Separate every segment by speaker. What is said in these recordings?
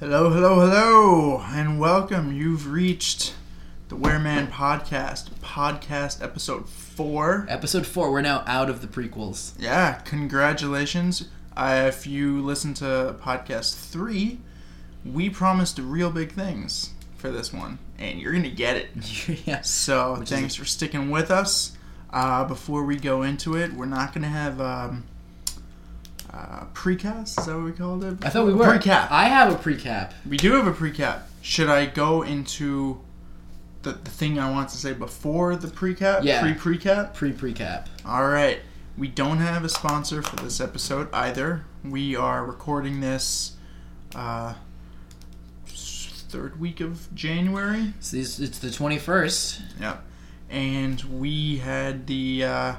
Speaker 1: Hello, hello, hello, and welcome. You've reached the Wear Man Podcast, podcast episode four.
Speaker 2: Episode four. We're now out of the prequels.
Speaker 1: Yeah, congratulations. Uh, if you listen to podcast three, we promised real big things for this one, and you're going to get it.
Speaker 2: yes.
Speaker 1: So
Speaker 2: Which is-
Speaker 1: thanks for sticking with us. Uh, before we go into it, we're not going to have um, uh, precast. Is that what we called it?
Speaker 2: I thought we were.
Speaker 1: Precap.
Speaker 2: I have a precap.
Speaker 1: We do have a precap. Should I go into the, the thing I want to say before the precap?
Speaker 2: Yeah.
Speaker 1: Pre precap?
Speaker 2: Pre precap.
Speaker 1: All right. We don't have a sponsor for this episode either. We are recording this uh, s- third week of January.
Speaker 2: So these, it's the twenty first.
Speaker 1: Yep. And we had the. Uh,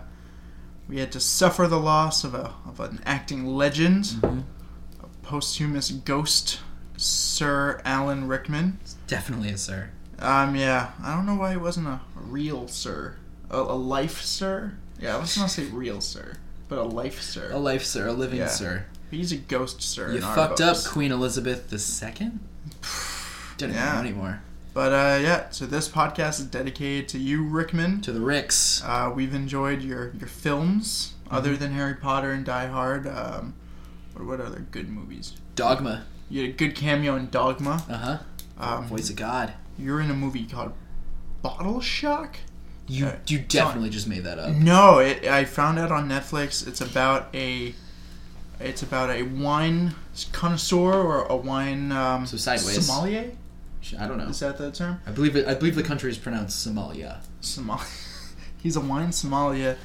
Speaker 1: we had to suffer the loss of, a, of an acting legend, a posthumous ghost, Sir Alan Rickman.
Speaker 2: Definitely a sir.
Speaker 1: Um, yeah. I don't know why it wasn't a real sir. A, a life sir? Yeah, let's not say real sir, but a life
Speaker 2: A
Speaker 1: sir.
Speaker 2: life sir. A living
Speaker 1: Yeah.
Speaker 2: sir.
Speaker 1: He's a ghost sir.
Speaker 2: You
Speaker 1: in our
Speaker 2: fucked up,
Speaker 1: books.
Speaker 2: Queen Elizabeth II. Don't even
Speaker 1: Yeah.
Speaker 2: know anymore.
Speaker 1: But, uh, yeah, so this podcast is dedicated to you, Rickman.
Speaker 2: To the Ricks.
Speaker 1: Uh, we've enjoyed your, your films,
Speaker 2: Mm-hmm.
Speaker 1: other than Harry Potter and Die Hard. Um, or what other good movies?
Speaker 2: Dogma.
Speaker 1: You had a good cameo in Dogma.
Speaker 2: Uh huh.
Speaker 1: Um,
Speaker 2: Voice of God.
Speaker 1: you're in a movie called Bottle Shock?
Speaker 2: You
Speaker 1: Okay. Mm-hmm.
Speaker 2: you definitely just made that up.
Speaker 1: No, it, I found out on Netflix. It's about a, it's about a wine connoisseur or a wine. Um,
Speaker 2: So sideways. Oh.
Speaker 1: Sommelier
Speaker 2: I don't know.
Speaker 1: is that the term?
Speaker 2: I believe it, I believe the country is pronounced Somalia.
Speaker 1: Sommelier. He's a wine sommelier,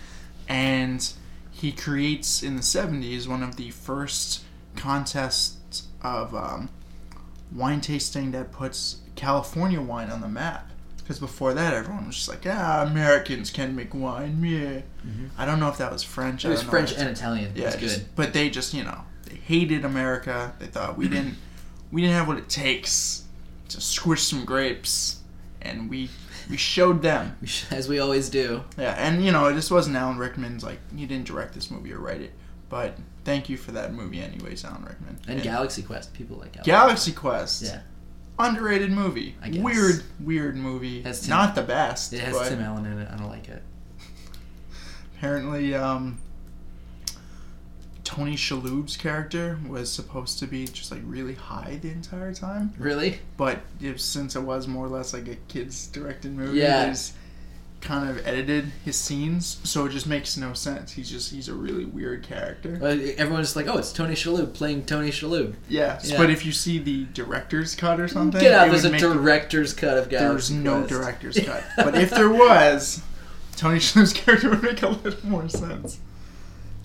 Speaker 1: and he creates in the seventies one of the first contests of um, wine tasting that puts California wine on the map. Because before that, everyone was just like, ah, Americans can make wine. Yeah. I don't know if that was French.
Speaker 2: Mm-hmm. It
Speaker 1: I
Speaker 2: was
Speaker 1: don't know
Speaker 2: French
Speaker 1: if-
Speaker 2: and Italian.
Speaker 1: Yeah,
Speaker 2: it's
Speaker 1: just-
Speaker 2: good.
Speaker 1: but they just you know they hated America. They thought we didn't we didn't have what it takes to squish some grapes, and we we showed them.
Speaker 2: We should- As we always do.
Speaker 1: Yeah, and you know this wasn't Alan Rickman's like he didn't direct this movie or write it, but thank you for that movie anyways, Alan Rickman.
Speaker 2: And Galaxy Quest. People like Galaxy.
Speaker 1: Galaxy Quest,
Speaker 2: Yeah.
Speaker 1: underrated movie,
Speaker 2: I guess.
Speaker 1: weird weird movie.
Speaker 2: Has Tim-
Speaker 1: Not the best.
Speaker 2: It has
Speaker 1: but
Speaker 2: Tim Allen in it. I don't like it.
Speaker 1: apparently um, Tony Shalhoub's character was supposed to be just like really high the entire time,
Speaker 2: Really?
Speaker 1: but if, since it was more or less like a kids directed movie,
Speaker 2: Yeah.
Speaker 1: yeah. kind of edited his scenes, so it just makes no sense. He's just he's a really weird character.
Speaker 2: Well, everyone's just like, oh, it's Tony Shalhoub playing Tony Shalhoub.
Speaker 1: Yeah,
Speaker 2: Yeah.
Speaker 1: but if you see the director's cut or something,
Speaker 2: Get out!
Speaker 1: it
Speaker 2: There's
Speaker 1: would
Speaker 2: a
Speaker 1: make-
Speaker 2: director's cut of
Speaker 1: there's
Speaker 2: Galaxy
Speaker 1: no
Speaker 2: Quest.
Speaker 1: director's cut. But if there was, Tony Shalhoub's character would make a little more sense.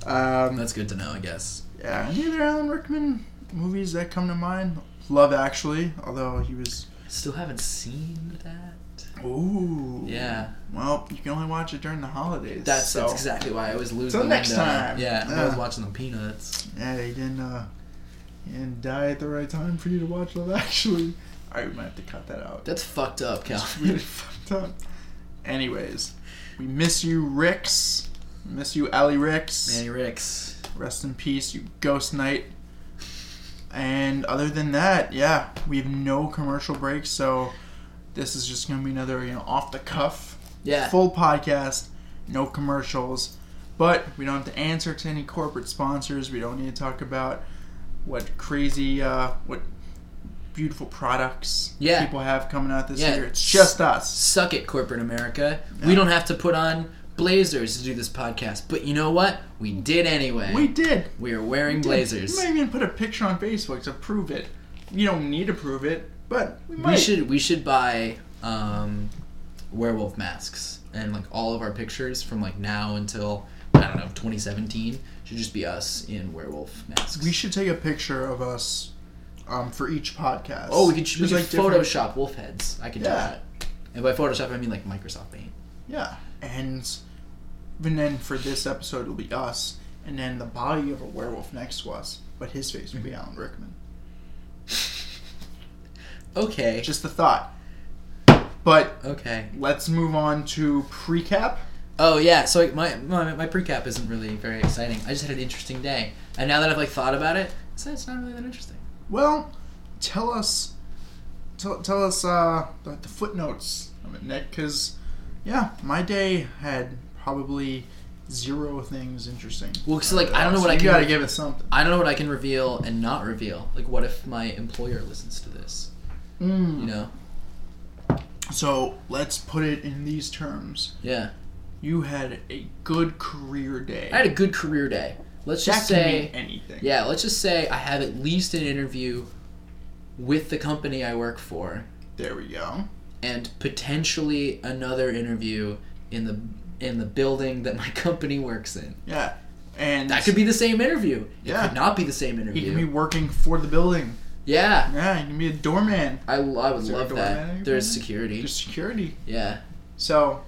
Speaker 1: Um,
Speaker 2: That's good to know, I guess.
Speaker 1: Yeah, any other Alan Rickman movies that come to mind? Love Actually, although he was.
Speaker 2: Still haven't seen that.
Speaker 1: Ooh.
Speaker 2: Yeah,
Speaker 1: Well, you can only watch it during the holidays.
Speaker 2: that's,
Speaker 1: so.
Speaker 2: that's exactly why I always lose.
Speaker 1: Till
Speaker 2: the
Speaker 1: next
Speaker 2: window.
Speaker 1: time. Uh.
Speaker 2: Yeah, when I
Speaker 1: Yeah.
Speaker 2: was watching the Peanuts.
Speaker 1: Yeah, he didn't. Uh, he didn't die at the right time for you to watch Love Actually. All right, we might have to cut that out.
Speaker 2: That's fucked up, Cal.
Speaker 1: It's really fucked up. Anyways, we miss you, Ricks. Miss you, Ali Ricks.
Speaker 2: Manny Ricks.
Speaker 1: Rest in peace, you ghost knight. And other than that, yeah, we have no commercial breaks, so this is just gonna be another, you know, off the cuff,
Speaker 2: Yeah,
Speaker 1: full podcast, no commercials. But we don't have to answer to any corporate sponsors. We don't need to talk about what crazy, uh, what beautiful products
Speaker 2: Yeah.
Speaker 1: people have coming out this
Speaker 2: Yeah.
Speaker 1: year. It's just us.
Speaker 2: suck it, corporate America. We don't have to put on blazers to do this podcast, but you know what? We did anyway.
Speaker 1: We did.
Speaker 2: we are wearing
Speaker 1: Dude,
Speaker 2: blazers.
Speaker 1: You might even put a picture on Facebook to prove it. You don't need to prove it, but we might.
Speaker 2: We should we should buy um, werewolf masks and like all of our pictures from like now until I don't know 2017 should just be us in werewolf masks.
Speaker 1: We should take a picture of us um, for each podcast.
Speaker 2: oh, we could, we
Speaker 1: Just,
Speaker 2: could
Speaker 1: different-
Speaker 2: Photoshop wolf heads. I could do
Speaker 1: Yeah.
Speaker 2: that. And by Photoshop, I mean like Microsoft Paint.
Speaker 1: Yeah, and and then for this episode it'll be us, and then the body of a werewolf next to us, but his face will be
Speaker 2: Mm-hmm.
Speaker 1: Alan Rickman.
Speaker 2: Okay.
Speaker 1: Just the thought. But
Speaker 2: okay.
Speaker 1: let's move on to precap.
Speaker 2: Oh yeah. So like, my my my precap isn't really very exciting. I just had an interesting day, and now that I've like thought about it, it's, it's not really that interesting.
Speaker 1: Well, tell us, tell, tell us uh, the, the footnotes of it, Nick, because yeah, my day had probably zero things interesting.
Speaker 2: Well, so like I don't know what
Speaker 1: So
Speaker 2: I
Speaker 1: you
Speaker 2: can.
Speaker 1: gotta give us something.
Speaker 2: I don't know what I can reveal and not reveal. Like, what if my employer listens to this?
Speaker 1: Mm.
Speaker 2: You know?
Speaker 1: So let's put it in these terms.
Speaker 2: Yeah.
Speaker 1: You had a good career day.
Speaker 2: I had a good career day. Let's
Speaker 1: that
Speaker 2: just
Speaker 1: can
Speaker 2: say.
Speaker 1: mean anything.
Speaker 2: Yeah, let's just say I have at least an interview with the company I work for
Speaker 1: There we go.
Speaker 2: and potentially another interview in the in the building that my company works in.
Speaker 1: Yeah. And
Speaker 2: That could be the same interview. It
Speaker 1: yeah.
Speaker 2: could not be the same
Speaker 1: He
Speaker 2: interview.
Speaker 1: can be working for the building.
Speaker 2: yeah.
Speaker 1: Yeah, he can be a doorman.
Speaker 2: I, l- I would
Speaker 1: Is there a
Speaker 2: love
Speaker 1: door
Speaker 2: that.
Speaker 1: manager?
Speaker 2: There's security.
Speaker 1: There's security.
Speaker 2: Yeah.
Speaker 1: So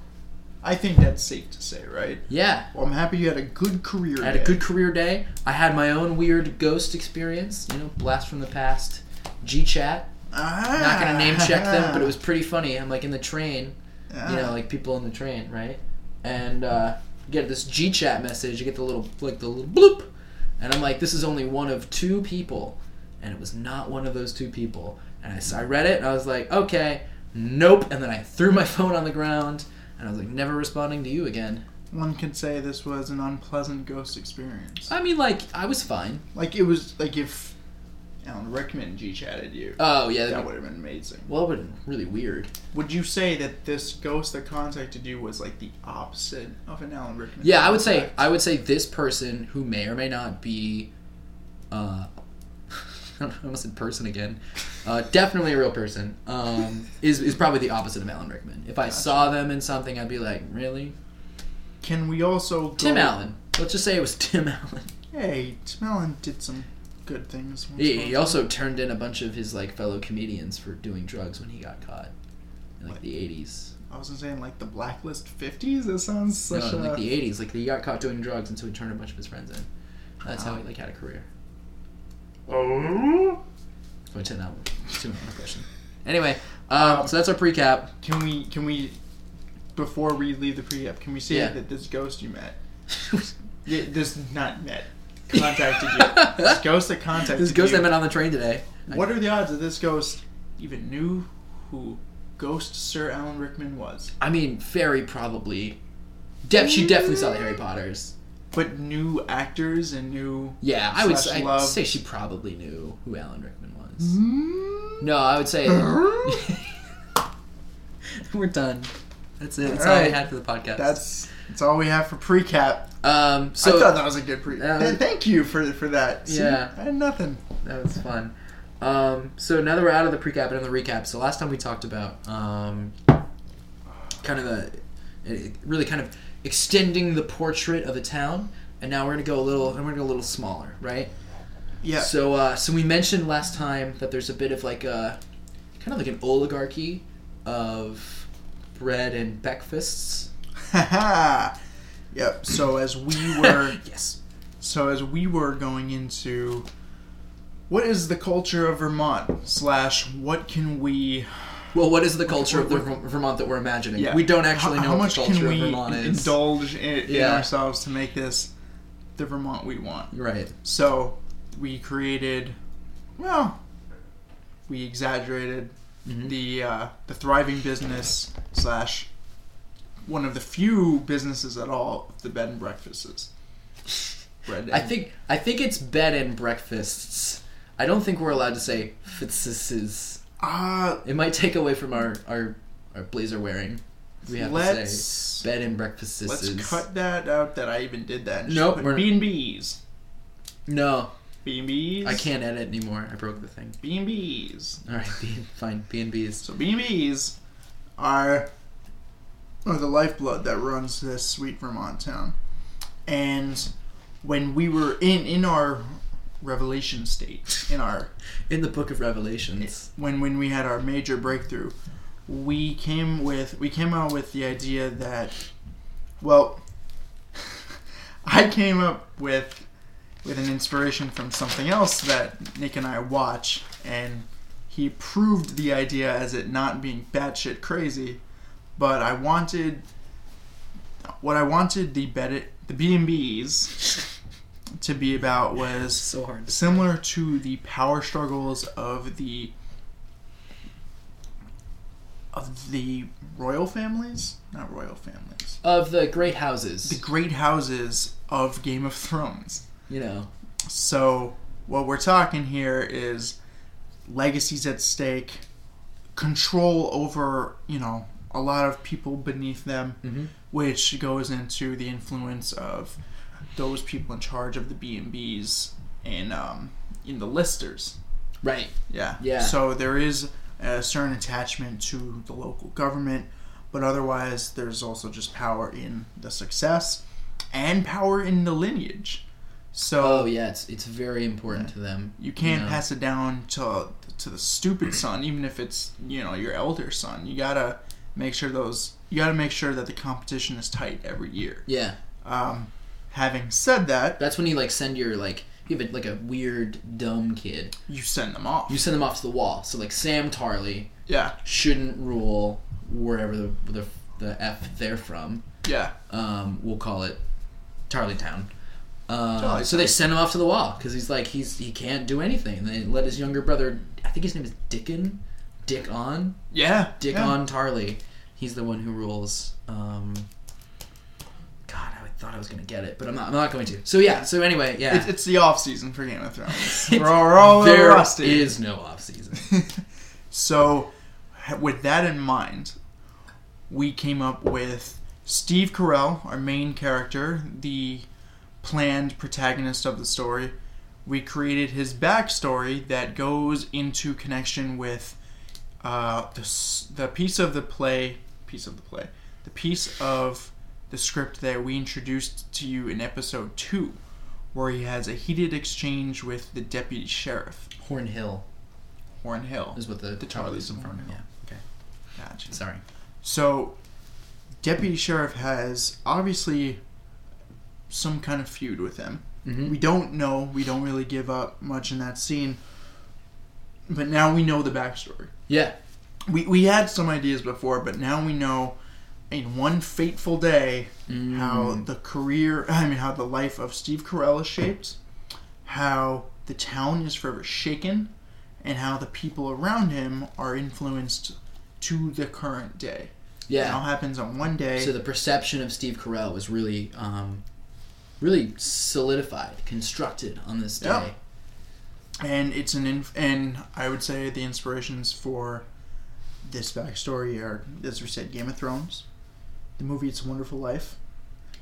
Speaker 1: I think that's safe to say, right?
Speaker 2: Yeah.
Speaker 1: Well, I'm happy you had a good career
Speaker 2: I had a
Speaker 1: day.
Speaker 2: good career day. I had my own weird ghost experience, you know, blast from the past, G chat.
Speaker 1: Ah,
Speaker 2: Not gonna name check them, but it was pretty funny. I'm like in the train,
Speaker 1: Ah.
Speaker 2: you know, like people in the train, right? And uh, you get this G chat message. You get the little like the little bloop, and I'm like, this is only one of two people, and it was not one of those two people. And I, s- I read it, and I was like, okay, nope. And then I threw my phone on the ground, and I was like, never responding to you again.
Speaker 1: One could say this was an unpleasant ghost experience.
Speaker 2: I mean, like I was fine.
Speaker 1: Like it was like if Alan Rickman G chatted you.
Speaker 2: Oh yeah,
Speaker 1: that would have been amazing.
Speaker 2: well, but really weird.
Speaker 1: Would you say that this ghost that contacted you was like the opposite of an Alan Rickman?
Speaker 2: Yeah, I would say
Speaker 1: contact?
Speaker 2: I would say this person who may or may not be, uh, I almost said person again, uh, definitely a real person. Um, is is probably the opposite of Alan Rickman. If I
Speaker 1: Gotcha.
Speaker 2: saw them in something, I'd be like, really,
Speaker 1: Can we also go,
Speaker 2: Tim Allen? Let's just say it was Tim Allen.
Speaker 1: Hey, Tim Allen did some good things. once
Speaker 2: He, he
Speaker 1: upon
Speaker 2: also turned in a bunch of his like fellow comedians for doing drugs when he got caught in like the eighties.
Speaker 1: a- I wasn't saying like the Blacklist fifties. That sounds
Speaker 2: No,
Speaker 1: such
Speaker 2: in,
Speaker 1: a
Speaker 2: like the eighties. Like he got caught doing drugs, and so he turned a bunch of his friends in. That's how he like had a career.
Speaker 1: Oh.
Speaker 2: Wait, to that one. It's my own question. Anyway, um, so that's our precap.
Speaker 1: Can we? Can we? Before we leave the pre-up, can we say
Speaker 2: Yeah.
Speaker 1: that this ghost you met, y- this not met, contacted you? This ghost that contacted
Speaker 2: This ghost
Speaker 1: you.
Speaker 2: I met on the train today.
Speaker 1: What are the odds that this ghost even knew who Ghost Sir Alan Rickman was,
Speaker 2: I mean, very probably. De- she definitely saw the Harry Potters.
Speaker 1: but knew actors and knew?
Speaker 2: Yeah, I would
Speaker 1: Slash
Speaker 2: say, I'd
Speaker 1: love. Mm-hmm.
Speaker 2: say she probably knew who Alan Rickman was. No, I would say we're done. That's it. That's all, I
Speaker 1: Alright.
Speaker 2: had for the podcast.
Speaker 1: That's that's all we have for precap.
Speaker 2: um. So
Speaker 1: I thought that was a good pre.
Speaker 2: That
Speaker 1: Th-
Speaker 2: was-
Speaker 1: Thank you for for that. See,
Speaker 2: Yeah.
Speaker 1: I had nothing.
Speaker 2: That was fun. Um, so now that we're out of the precap and in the recap, so last time we talked about um, kind of the it- really kind of extending the portrait of a town, and now we're gonna go a little and we're gonna go a little smaller, right?
Speaker 1: Yeah.
Speaker 2: So uh, so we mentioned last time that there's a bit of like a kind of like an oligarchy of bread and breakfasts.
Speaker 1: Haha. yep. So as we were,
Speaker 2: yes.
Speaker 1: so as we were going into, what is the culture of Vermont? Slash, what can we?
Speaker 2: Well, what is the culture of the Ver- Vermont that we're imagining? We don't actually
Speaker 1: How-
Speaker 2: know
Speaker 1: how
Speaker 2: what
Speaker 1: much
Speaker 2: the culture
Speaker 1: can
Speaker 2: of
Speaker 1: we
Speaker 2: Vermont is.
Speaker 1: indulge in, in
Speaker 2: Yeah.
Speaker 1: ourselves to make this the Vermont we want.
Speaker 2: right.
Speaker 1: So we created, well, we exaggerated
Speaker 2: Mhm.
Speaker 1: the uh, the thriving business slash one of the few businesses at all the bed and breakfasts. Bread.
Speaker 2: I
Speaker 1: and-
Speaker 2: think I think it's bed and breakfasts. I don't think we're allowed to say fitzes.
Speaker 1: Uh,
Speaker 2: It might take away from our our, our blazer wearing. We have to
Speaker 1: let's
Speaker 2: say bed and breakfasts.
Speaker 1: let's cut that out that I even did that.
Speaker 2: Nope, we're-
Speaker 1: B and B's.
Speaker 2: No,
Speaker 1: B and B's.
Speaker 2: I can't edit anymore. I broke the thing.
Speaker 1: B and B's.
Speaker 2: All right, B, fine. B and B's.
Speaker 1: So B and B's are are the lifeblood that runs this sweet Vermont town. And when we were in in our revelation state, in our
Speaker 2: In the Book of Revelations.
Speaker 1: when when we had our major breakthrough, we came with we came out with the idea that well I came up with with an inspiration from something else that Nick and I watch and he proved the idea as it not being batshit crazy, but I wanted what I wanted the bed the B&Bs to be about was
Speaker 2: so hard.
Speaker 1: similar to the power struggles of the of the royal families, not royal families,
Speaker 2: Of the great houses,
Speaker 1: the great houses of Game of Thrones.
Speaker 2: you know,
Speaker 1: So what we're talking here is legacies at stake, control over you know a lot of people beneath them,
Speaker 2: Mhm.
Speaker 1: which goes into the influence of those people in charge of the B and B's and um, in the listers.
Speaker 2: right?
Speaker 1: Yeah.
Speaker 2: Yeah.
Speaker 1: So there is a certain attachment to the local government, but otherwise there's also just power in the success and power in the lineage. So
Speaker 2: Oh yeah, it's it's very important to them.
Speaker 1: you can't
Speaker 2: know.
Speaker 1: pass it down to to the stupid son, even if it's you know your elder son. You gotta make sure those you gotta make sure that the competition is tight every year.
Speaker 2: Yeah,
Speaker 1: Um, having said that,
Speaker 2: that's when you like send your like you have a, like a weird dumb kid.
Speaker 1: you send them off.
Speaker 2: You send them off to the wall. So like Sam Tarley
Speaker 1: yeah,
Speaker 2: shouldn't rule wherever the the, the f they're from.
Speaker 1: yeah,
Speaker 2: um, we'll call it Tarley Town. Uh,
Speaker 1: Tarleytown.
Speaker 2: so they sent him off to the wall because he's like he's he can't do anything. And they let his younger brother, I think his name is Dickon, Dick on,
Speaker 1: yeah.
Speaker 2: Dick
Speaker 1: yeah.
Speaker 2: on Tarley. He's the one who rules. Um, God, I thought I was gonna get it, but I'm not. I'm not going to. So yeah. So anyway, yeah.
Speaker 1: It's, it's the off season for Game of Thrones.
Speaker 2: It's-
Speaker 1: we're all, we're all a little
Speaker 2: there
Speaker 1: rusty.
Speaker 2: is no off season.
Speaker 1: so, ha- with that in mind, we came up with Steve Carell, our main character, the planned protagonist of the story. We created his backstory that goes into connection with uh, the, s- the piece of the play, piece of the play, the piece of the script that we introduced to you in episode two, where he has a heated exchange with the deputy sheriff,
Speaker 2: Hornhill
Speaker 1: Warren Hill.
Speaker 2: is what the the
Speaker 1: Tarleys in Hornhill.
Speaker 2: Yeah. Okay.
Speaker 1: Gotcha.
Speaker 2: Sorry.
Speaker 1: So, Deputy Sheriff has obviously some kind of feud with him.
Speaker 2: Mm-hmm.
Speaker 1: We don't know. We don't really give up much in that scene. But now we know the backstory.
Speaker 2: Yeah.
Speaker 1: We, we had some ideas before, but now we know in one fateful day how the career, I mean, how the life of Steve Carell is shaped, how the town is forever shaken, and how the people around him are influenced to the current day. It all
Speaker 2: Yeah.
Speaker 1: happens on one day.
Speaker 2: So the perception of Steve Carell was really, um, really solidified, constructed on this day.
Speaker 1: Yeah. and it's an inf- and I would say the inspirations for this backstory are, as we said, Game of Thrones, the movie It's a Wonderful Life,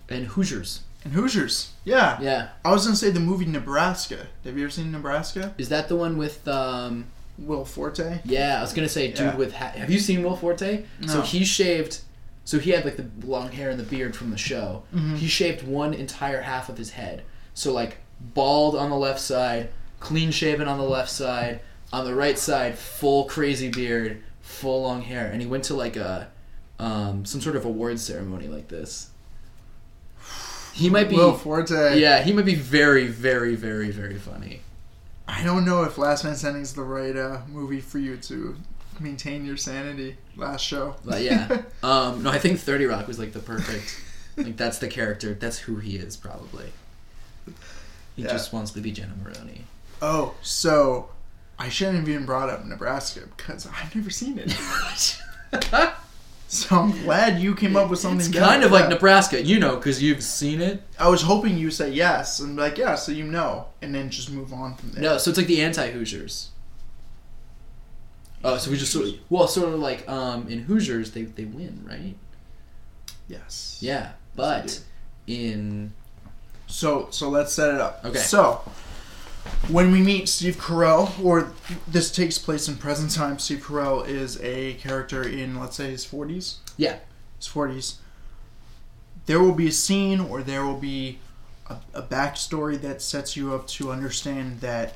Speaker 2: And Hoosiers.
Speaker 1: and Hoosiers. Yeah,
Speaker 2: Yeah.
Speaker 1: I was gonna say the movie Nebraska. Have you ever seen Nebraska?
Speaker 2: Is that the one with? Um,
Speaker 1: Will Forte.
Speaker 2: yeah, I was gonna say, dude
Speaker 1: Yeah.
Speaker 2: with hat. Have you seen Will Forte? So
Speaker 1: No.
Speaker 2: he shaved. So he had like the long hair and the beard from the show.
Speaker 1: Mm-hmm.
Speaker 2: He shaved one entire half of his head. So like bald on the left side, clean shaven on the left side, on the right side, full crazy beard, full long hair, and he went to like a um, some sort of award ceremony like this. He might be.
Speaker 1: Will Forte.
Speaker 2: Yeah, he might be very, very, very, very funny.
Speaker 1: I don't know if Last Man Standing is the right uh, movie for you to maintain your sanity. Last show.
Speaker 2: But yeah, um, no, I think Thirty Rock was like the perfect. Like that's the character. That's who he is probably. He
Speaker 1: Yeah.
Speaker 2: just wants to be Jenna Maroney.
Speaker 1: oh, so I shouldn't have even brought up Nebraska because I've never seen it. So I'm glad you came up with something.
Speaker 2: it's
Speaker 1: better.
Speaker 2: kind of like
Speaker 1: Yeah.
Speaker 2: Nebraska, you know, because you've seen it.
Speaker 1: I was hoping you say yes and be like yeah, so you know, and then just move on from there.
Speaker 2: No, so it's like the anti Hoosiers. Oh, so we just sort of, well, sort of like um, in Hoosiers, they they win, right?
Speaker 1: Yes.
Speaker 2: Yeah,
Speaker 1: Yes,
Speaker 2: but in
Speaker 1: So so let's set it up.
Speaker 2: Okay.
Speaker 1: So when we meet Steve Carell, or this takes place in present time, Steve Carell is a character in let's say his forties.
Speaker 2: yeah,
Speaker 1: his forties. There will be a scene, or there will be a, a backstory that sets you up to understand that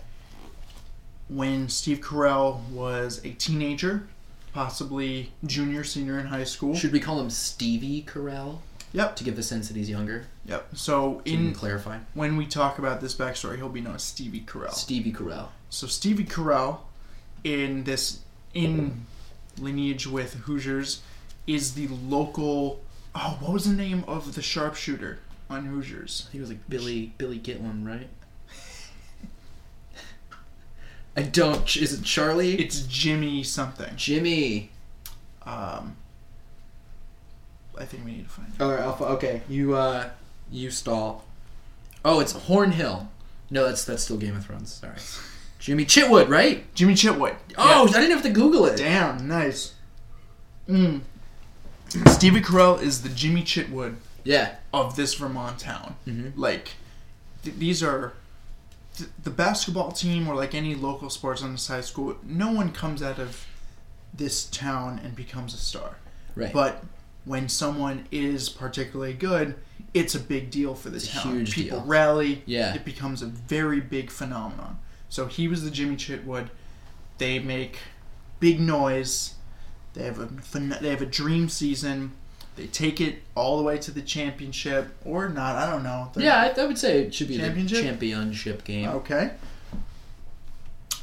Speaker 1: when Steve Carell was a teenager, possibly junior, senior in high school.
Speaker 2: should we call him Stevie Carell
Speaker 1: Yep.
Speaker 2: to give the sense that he's younger?
Speaker 1: Yep. So
Speaker 2: So we can
Speaker 1: in
Speaker 2: clarify,
Speaker 1: when we talk about this backstory, he'll be known as Stevie Carell.
Speaker 2: Stevie Carell.
Speaker 1: So Stevie Carell, in this in lineage with Hoosiers, is the local. Oh, what was the name of the sharpshooter on Hoosiers.
Speaker 2: I think it was like Billy Billy Gitlin, right? I don't. Is it Charlie?
Speaker 1: It's Jimmy something.
Speaker 2: Jimmy.
Speaker 1: Um, I think we need to find.
Speaker 2: All right, Alpha. Okay, you uh, you stall. Oh, it's Hornhill. No, that's that's still Game of Thrones. Sorry, Jimmy Chitwood, right?
Speaker 1: Jimmy Chitwood.
Speaker 2: Oh, I didn't have to Google it.
Speaker 1: Damn, nice. Mm. Stevie Carell is the Jimmy Chitwood
Speaker 2: Yeah,
Speaker 1: of this Vermont town.
Speaker 2: Mhm.
Speaker 1: Like, th- these are th- the basketball team or like any local sports on this high school. No one comes out of this town and becomes a star.
Speaker 2: right.
Speaker 1: But when someone is particularly good, it's a big deal for the
Speaker 2: It's a
Speaker 1: town.
Speaker 2: huge
Speaker 1: People
Speaker 2: deal.
Speaker 1: rally.
Speaker 2: Yeah.
Speaker 1: It becomes a very big phenomenon. So he was the Jimmy Chitwood. They make big noise. They have a phen- they have a dream season. They take it all the way to the championship or not. I don't know. They're-
Speaker 2: yeah, I, I would say it should be
Speaker 1: Championship? Oh.
Speaker 2: the championship game.
Speaker 1: Okay.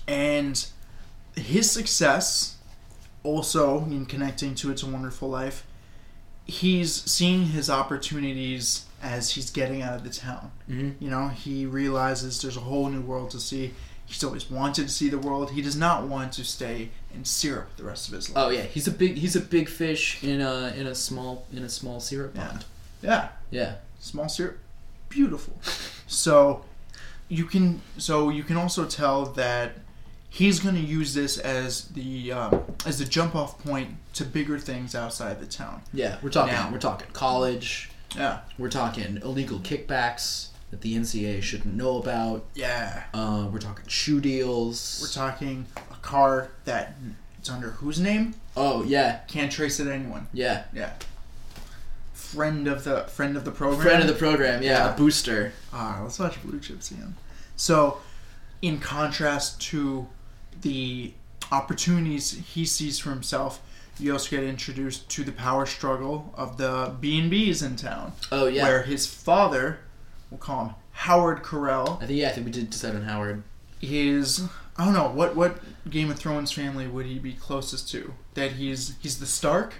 Speaker 1: And his success, also in connecting to It's a Wonderful Life, he's seeing his opportunities as he's getting out of the town.
Speaker 2: Mhm.
Speaker 1: You know, he realizes there's a whole new world to see. He's always wanted to see the world. He does not want to stay in syrup the rest of his life.
Speaker 2: Oh yeah, he's a big he's a big fish in a in a small in a small syrup
Speaker 1: Yeah.
Speaker 2: pond.
Speaker 1: Yeah.
Speaker 2: Yeah,
Speaker 1: small syrup beautiful so you can so you can also tell that he's going to use this as the um, as the jump off point to bigger things outside the town
Speaker 2: yeah. We're talking
Speaker 1: Now-
Speaker 2: we're talking college.
Speaker 1: yeah
Speaker 2: We're talking illegal kickbacks that the NCAA shouldn't know about.
Speaker 1: yeah
Speaker 2: Uh, we're talking shoe deals.
Speaker 1: we're talking a car that it's under whose name
Speaker 2: oh yeah,
Speaker 1: can't trace it to anyone
Speaker 2: yeah.
Speaker 1: yeah friend of the friend of the program
Speaker 2: Friend of the program. Yeah,
Speaker 1: Yeah.
Speaker 2: a booster.
Speaker 1: Ah, let's watch Blue Chips again. So, in contrast to the opportunities he sees for himself, you also get introduced to the power struggle of the B and B's in town,
Speaker 2: Oh yeah.
Speaker 1: where his father, we'll call him Howard Carell,
Speaker 2: I think yeah, I think we did decide on Howard.
Speaker 1: is I don't know what what Game of Thrones family would he be closest to? That he's he's the Stark.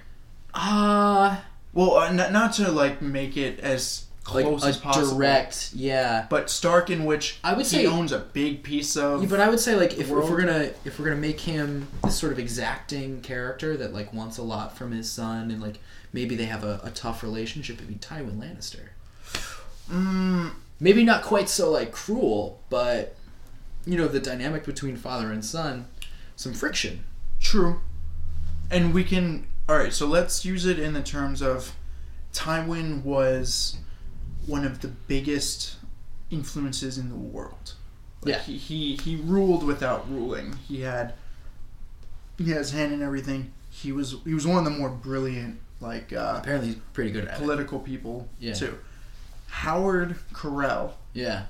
Speaker 2: Ah.
Speaker 1: Well, uh, not, not to like make it as
Speaker 2: like
Speaker 1: close
Speaker 2: a
Speaker 1: as possible,
Speaker 2: direct yeah
Speaker 1: but Stark in which
Speaker 2: I would
Speaker 1: he
Speaker 2: say-
Speaker 1: owns a big piece of.
Speaker 2: Yeah, but i would say like if, if
Speaker 1: world.
Speaker 2: we're gonna if we're gonna make him this sort of exacting character that like wants a lot from his son and like maybe they have a, a tough relationship it'd be tywin lannister
Speaker 1: Mm,
Speaker 2: maybe not quite so like cruel but you know the dynamic between father and son some friction
Speaker 1: true. And we can. Alright, so let's use it in the terms of Tywin was one of the biggest influences in the world. Like,
Speaker 2: Yeah.
Speaker 1: He, he, he ruled without ruling. He had. He had his hand in everything. He was he was one of the more brilliant like uh,
Speaker 2: apparently he's pretty good at it
Speaker 1: political people
Speaker 2: Yeah.
Speaker 1: too. Howard Carell
Speaker 2: yeah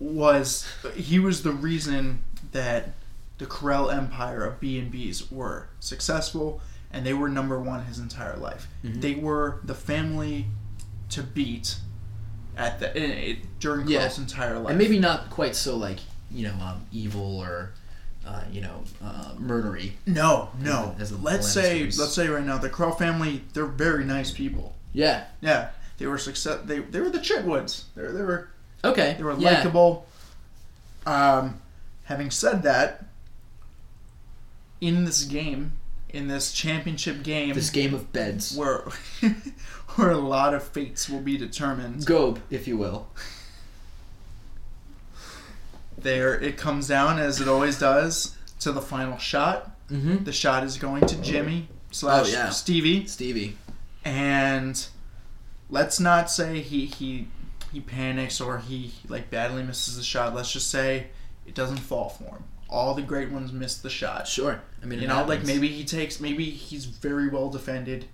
Speaker 1: was he was the reason that the Corel Empire of B and B's were successful, and they were number one his entire life.
Speaker 2: Mhm.
Speaker 1: They were the family to beat at the in, it, during
Speaker 2: Yeah.
Speaker 1: Corel's entire life.
Speaker 2: and maybe not quite so like you know um, evil or uh, you know uh, murdery
Speaker 1: no, no.
Speaker 2: As the
Speaker 1: let's say
Speaker 2: Lannisters.
Speaker 1: let's say right now the Corel family they're very nice people.
Speaker 2: yeah
Speaker 1: Yeah, they were success. They they were the Chitwoods. They were, they were
Speaker 2: okay
Speaker 1: They were
Speaker 2: yeah.
Speaker 1: likable. Um, having said that, in this game, in this championship game,
Speaker 2: this game of beds
Speaker 1: where where a lot of fates will be determined,
Speaker 2: Gobe, if you will.
Speaker 1: there it comes down as it always does to the final shot.
Speaker 2: Mm-hmm.
Speaker 1: The shot is going to Jimmy slash
Speaker 2: Oh, yeah.
Speaker 1: Stevie,
Speaker 2: Stevie.
Speaker 1: and let's not say he he he panics or he like badly misses the shot. Let's just say it doesn't fall for him. All the great ones miss the shot.
Speaker 2: Sure. I mean,
Speaker 1: You
Speaker 2: it
Speaker 1: know, like
Speaker 2: happens.
Speaker 1: maybe he takes, maybe he's very well defended.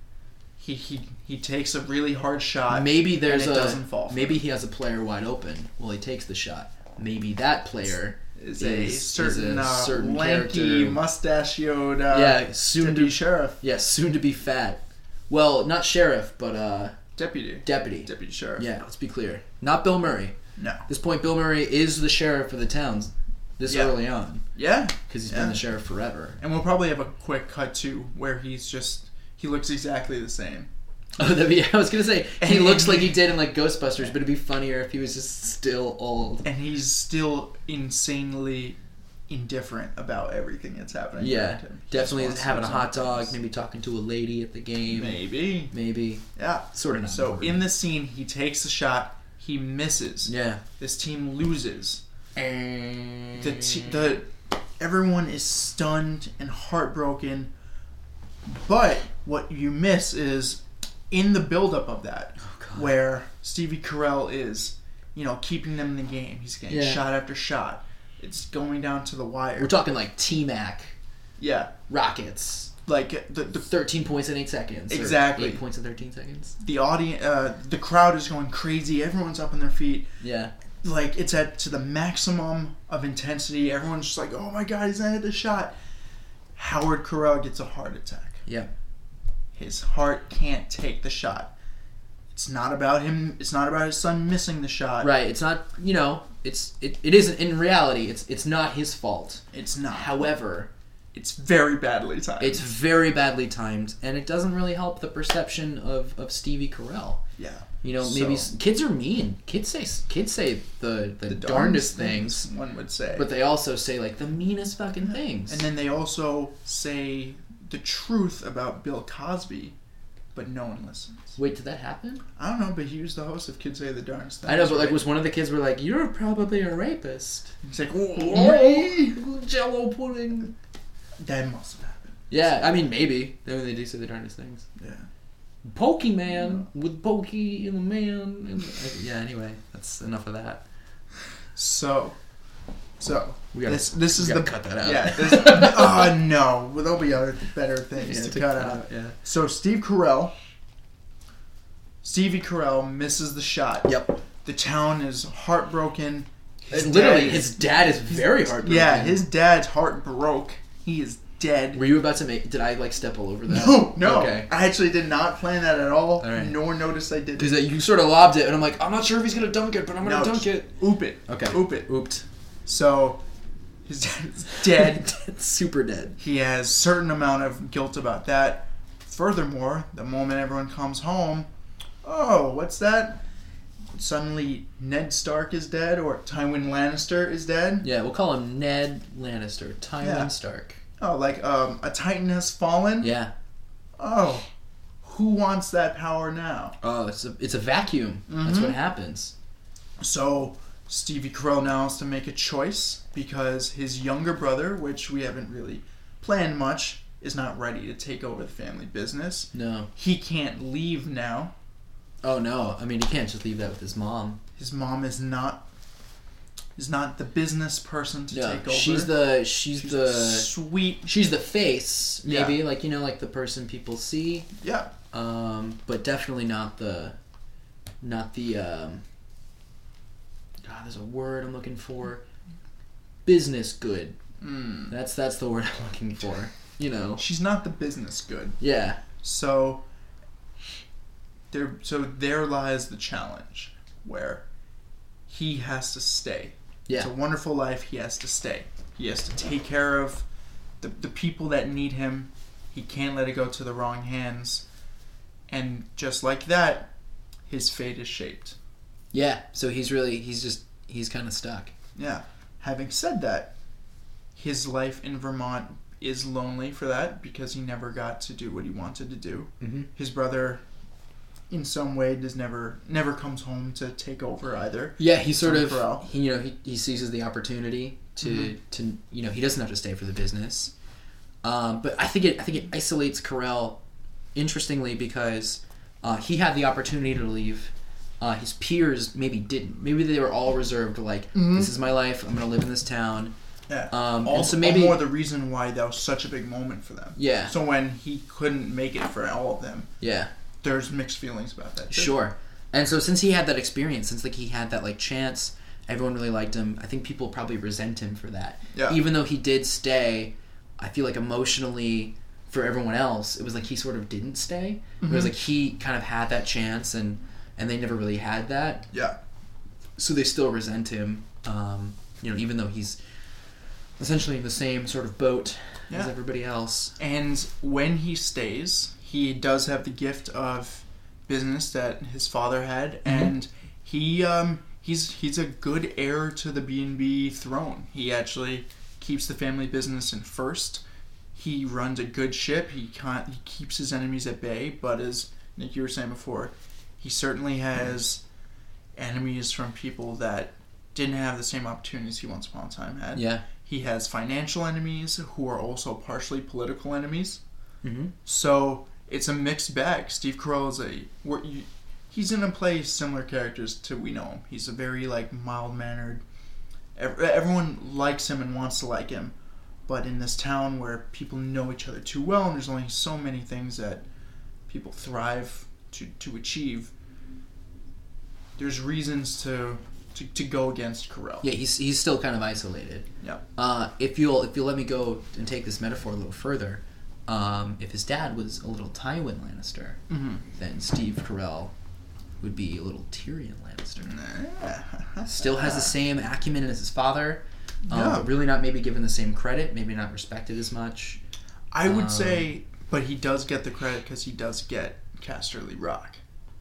Speaker 1: He he he takes a really hard shot.
Speaker 2: maybe there's
Speaker 1: and
Speaker 2: a
Speaker 1: it doesn't fall for
Speaker 2: maybe he has a player wide open. Well, he takes the shot. Maybe that player
Speaker 1: is a
Speaker 2: is- is
Speaker 1: certain,
Speaker 2: a
Speaker 1: uh,
Speaker 2: certain
Speaker 1: lanky,
Speaker 2: character.
Speaker 1: mustachioed, uh,
Speaker 2: yeah, soon
Speaker 1: deputy
Speaker 2: to
Speaker 1: sheriff,
Speaker 2: yeah, soon to be fat. Well, not sheriff, but uh,
Speaker 1: deputy,
Speaker 2: deputy.
Speaker 1: deputy sheriff.
Speaker 2: Yeah, let's be clear. Not Bill Murray.
Speaker 1: No.
Speaker 2: At this point, Bill Murray is the sheriff of the towns this
Speaker 1: Yeah.
Speaker 2: early on
Speaker 1: Yeah,
Speaker 2: because he's
Speaker 1: Yeah.
Speaker 2: been the sheriff forever.
Speaker 1: and we'll probably have a quick cut to where he's just he looks exactly the same.
Speaker 2: Oh, that'd be. I was gonna say he
Speaker 1: And-
Speaker 2: looks like he did in like Ghostbusters, but it'd be funnier if he was just still old.
Speaker 1: and he's still insanely indifferent about everything that's happening.
Speaker 2: Yeah,
Speaker 1: around him. He just
Speaker 2: definitely
Speaker 1: wants
Speaker 2: having a
Speaker 1: to
Speaker 2: hot
Speaker 1: have
Speaker 2: dog,
Speaker 1: some-
Speaker 2: maybe talking to a lady at the game, maybe,
Speaker 1: Maybe. Yeah.
Speaker 2: sort of. Not
Speaker 1: So
Speaker 2: important.
Speaker 1: in this scene, he takes the shot, he misses.
Speaker 2: yeah,
Speaker 1: This team loses.
Speaker 2: and
Speaker 1: The t- the everyone is stunned and heartbroken. But what you miss is in the buildup of that,
Speaker 2: Oh, God.
Speaker 1: where Stevie Carell is, you know, keeping them in the game. He's getting
Speaker 2: Yeah.
Speaker 1: shot after shot. It's going down to the wire.
Speaker 2: we're talking like T Mac
Speaker 1: yeah,
Speaker 2: Rockets,
Speaker 1: like uh, the the,
Speaker 2: thirteen points in eight seconds. or
Speaker 1: Exactly.
Speaker 2: eight points in thirteen seconds.
Speaker 1: the audience, uh, the crowd is going crazy. Everyone's up on their feet.
Speaker 2: Yeah,
Speaker 1: like it's at to the maximum of intensity. Everyone's just like, "Oh my god, he's not at the shot." Howard Carell gets a heart attack.
Speaker 2: yeah,
Speaker 1: His heart can't take the shot. It's not about him. It's not about his son missing the shot.
Speaker 2: right. It's not you know. It's it, it isn't in reality. It's it's not his fault.
Speaker 1: It's not.
Speaker 2: However,
Speaker 1: it's very badly timed.
Speaker 2: it's very badly timed, and it doesn't really help the perception of of Stevie Carell.
Speaker 1: yeah.
Speaker 2: You know, maybe s
Speaker 1: So-
Speaker 2: kids are mean. Kids say kids say the the, darndest, things,
Speaker 1: one would say.
Speaker 2: but they also say like the meanest fucking things.
Speaker 1: and then they also say the truth about Bill Cosby, but no one listens.
Speaker 2: Wait, did that happen?
Speaker 1: I don't know, but he was the host of Kids Say the Darnest Things.
Speaker 2: I know, but like,
Speaker 1: right?
Speaker 2: was one of the kids were like, "You're probably a rapist."
Speaker 1: He's like, "Whoa."
Speaker 2: Oh, Jello pudding.
Speaker 1: That must have happened.
Speaker 2: Yeah, I mean maybe. I mean, they do say the darndest things.
Speaker 1: Yeah.
Speaker 2: Pokemon with Pokey and the man. And yeah. Anyway, that's enough of that.
Speaker 1: So, so
Speaker 2: We gotta-
Speaker 1: this this
Speaker 2: we
Speaker 1: is
Speaker 2: gotta
Speaker 1: the
Speaker 2: cut that out.
Speaker 1: Yeah. This, oh no, well, there'll be other better things
Speaker 2: Yeah,
Speaker 1: to
Speaker 2: take
Speaker 1: cut
Speaker 2: that
Speaker 1: out.
Speaker 2: out, Yeah.
Speaker 1: So Steve Carell, Stevie Carell misses the shot.
Speaker 2: Yep.
Speaker 1: The town is heartbroken. His
Speaker 2: literally,
Speaker 1: dad
Speaker 2: his
Speaker 1: is-
Speaker 2: dad is very heartbroken.
Speaker 1: Yeah, his dad's heart broke. He is dead.
Speaker 2: Were you about to make? Did I like step all over that?
Speaker 1: no, no.
Speaker 2: Okay.
Speaker 1: I actually did not plan that at all.
Speaker 2: right.
Speaker 1: Nor notice I did.
Speaker 2: Because you sort of lobbed it, and I'm like, I'm not sure if he's gonna dunk it, but I'm gonna
Speaker 1: No,
Speaker 2: dunk
Speaker 1: just
Speaker 2: it.
Speaker 1: Oop it.
Speaker 2: Okay.
Speaker 1: Oop it.
Speaker 2: Ooped.
Speaker 1: So, his dad is dead.
Speaker 2: Super dead.
Speaker 1: he has certain amount of guilt about that. Furthermore, the moment everyone comes home, oh, what's that? Suddenly Ned Stark is dead or Tywin Lannister is dead.
Speaker 2: Yeah, we'll call him Ned Lannister, Tywin
Speaker 1: Yeah.
Speaker 2: Stark.
Speaker 1: Oh, like um, a titan has fallen.
Speaker 2: Yeah.
Speaker 1: Oh, who wants that power now?
Speaker 2: Oh, it's a it's a vacuum. That's
Speaker 1: Mm-hmm.
Speaker 2: what happens.
Speaker 1: So Stevie Carell now has to make a choice because his younger brother, which we haven't really planned much, is not ready to take over the family business.
Speaker 2: No.
Speaker 1: He can't leave now.
Speaker 2: Oh no. I mean, he can't just leave that with his mom.
Speaker 1: his mom is not is not the business person to
Speaker 2: No.
Speaker 1: take over.
Speaker 2: She's the she's, the
Speaker 1: sweet.
Speaker 2: she's the face.
Speaker 1: Yeah.
Speaker 2: Maybe like you know like the person people see.
Speaker 1: Yeah,
Speaker 2: Um, but definitely not the, not the. Um, God, there's a word I'm looking for. Business good.
Speaker 1: mm.
Speaker 2: That's that's the word I'm looking for. You know.
Speaker 1: she's not the business good.
Speaker 2: Yeah.
Speaker 1: So there, so there lies the challenge where he has to stay. It's a
Speaker 2: Yeah.
Speaker 1: wonderful life. He has to stay. He has to take care of the the people that need him. He can't let it go to the wrong hands. And just like that, his fate is shaped.
Speaker 2: Yeah. So he's really he's just he's kind of stuck.
Speaker 1: Yeah. Having said that, his life in Vermont is lonely for that because he never got to do what he wanted to do.
Speaker 2: Mhm.
Speaker 1: His brother, in some way, does never never comes home to take over either.
Speaker 2: Yeah. He sort
Speaker 1: From
Speaker 2: of
Speaker 1: Corral.
Speaker 2: he, you know he, he seizes the opportunity to
Speaker 1: Mm-hmm.
Speaker 2: to you know he doesn't have to stay for the business. Um, but I think it I think it isolates Carell interestingly because uh, he had the opportunity to leave. Uh, his peers maybe didn't. Maybe they were all reserved. Like
Speaker 1: Mhm.
Speaker 2: this is my life. I'm gonna live in this town.
Speaker 1: Yeah.
Speaker 2: Um, and
Speaker 1: also,
Speaker 2: so maybe
Speaker 1: more the reason why that was such a big moment for them.
Speaker 2: yeah,
Speaker 1: So when he couldn't make it for all of them,
Speaker 2: yeah,
Speaker 1: there's mixed feelings about that. too.
Speaker 2: sure. And so since he had that experience, since like he had that like chance, everyone really liked him. I think people probably resent him for that.
Speaker 1: Yeah.
Speaker 2: Even though he did stay, I feel like emotionally for everyone else, it was like he sort of didn't stay. It
Speaker 1: Mm-hmm.
Speaker 2: was like he kind of had that chance and and they never really had that.
Speaker 1: Yeah.
Speaker 2: so they still resent him. Um, you know, even though he's essentially in the same sort of boat as
Speaker 1: Yeah.
Speaker 2: everybody else.
Speaker 1: And when he stays, he does have the gift of business that his father had, and he um, he's he's a good heir to the B and B throne. He actually keeps the family business in first. He runs a good ship. He can he keeps his enemies at bay. But as Nick, you were saying before, he certainly has enemies from people that didn't have the same opportunities he once upon a time had.
Speaker 2: Yeah.
Speaker 1: He has financial enemies who are also partially political enemies.
Speaker 2: Mm-hmm.
Speaker 1: So it's a mixed bag. Steve Carell is a we're- you- he's gonna play similar characters to we know him. He's a very like mild mannered. Ev- everyone likes him and wants to like him, but in this town where people know each other too well and there's only so many things that people thrive to to achieve, there's reasons to to, to go against Carell.
Speaker 2: Yeah, he's he's still kind of isolated.
Speaker 1: Yeah.
Speaker 2: Uh, if you'll if you'll let me go and take this metaphor a little further, um, if his dad was a little Tywin Lannister,
Speaker 1: Mm-hmm.
Speaker 2: then Steve Carell would be a little Tyrion
Speaker 1: Mm.
Speaker 2: Lannister. Still has the same acumen as his father, um,
Speaker 1: Yeah.
Speaker 2: but really not maybe given the same credit, maybe not respected as much.
Speaker 1: I would
Speaker 2: Um,
Speaker 1: say, but he does get the credit because he does get Casterly Rock,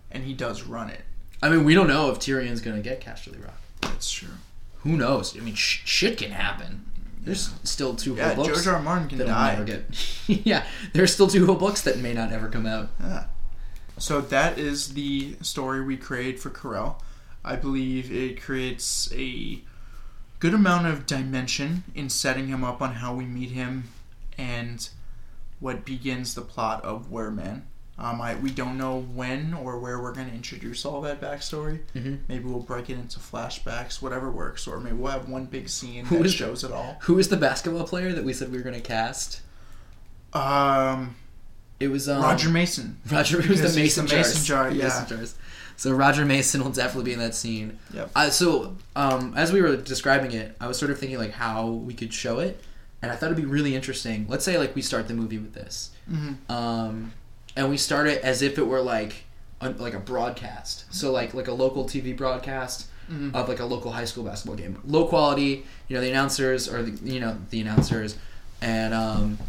Speaker 1: and he does run it.
Speaker 2: I mean, we don't know if Tyrion's going to get Casterly Rock.
Speaker 1: That's true.
Speaker 2: Who knows? I mean, sh- shit can happen. There's still two
Speaker 1: Yeah,
Speaker 2: whole
Speaker 1: George
Speaker 2: books
Speaker 1: R. R. Martin can
Speaker 2: that'll never
Speaker 1: die.
Speaker 2: get. yeah, there's still two whole books that may not ever come out.
Speaker 1: Yeah. So that is the story we create for Corel. I believe it creates a good amount of dimension in setting him up on how we meet him and what begins the plot of Wereman. Um, I, we don't know when or where we're going to introduce all that backstory.
Speaker 2: Mhm.
Speaker 1: Maybe we'll break it into flashbacks, whatever works, or maybe we'll have one big scene
Speaker 2: Who
Speaker 1: that
Speaker 2: is-
Speaker 1: shows it all.
Speaker 2: Who is the basketball player that we said we were going to cast?
Speaker 1: Um,
Speaker 2: It was um,
Speaker 1: Roger Mason.
Speaker 2: Roger it was
Speaker 1: Because
Speaker 2: the
Speaker 1: he's the
Speaker 2: Mason, jars.
Speaker 1: mason jar, yeah.
Speaker 2: Mason jars. So Roger Mason will definitely be in that scene.
Speaker 1: Yep.
Speaker 2: Uh, so um, as we were describing it, I was sort of thinking like how we could show it, and I thought it'd be really interesting. Let's say like we start the movie with this,
Speaker 1: Mhm.
Speaker 2: um, and we start it as if it were like a, like a broadcast. So like like a local TV broadcast
Speaker 1: Mhm.
Speaker 2: of like a local high school basketball game. Low quality, you know, the announcers or the you know the announcers, and um,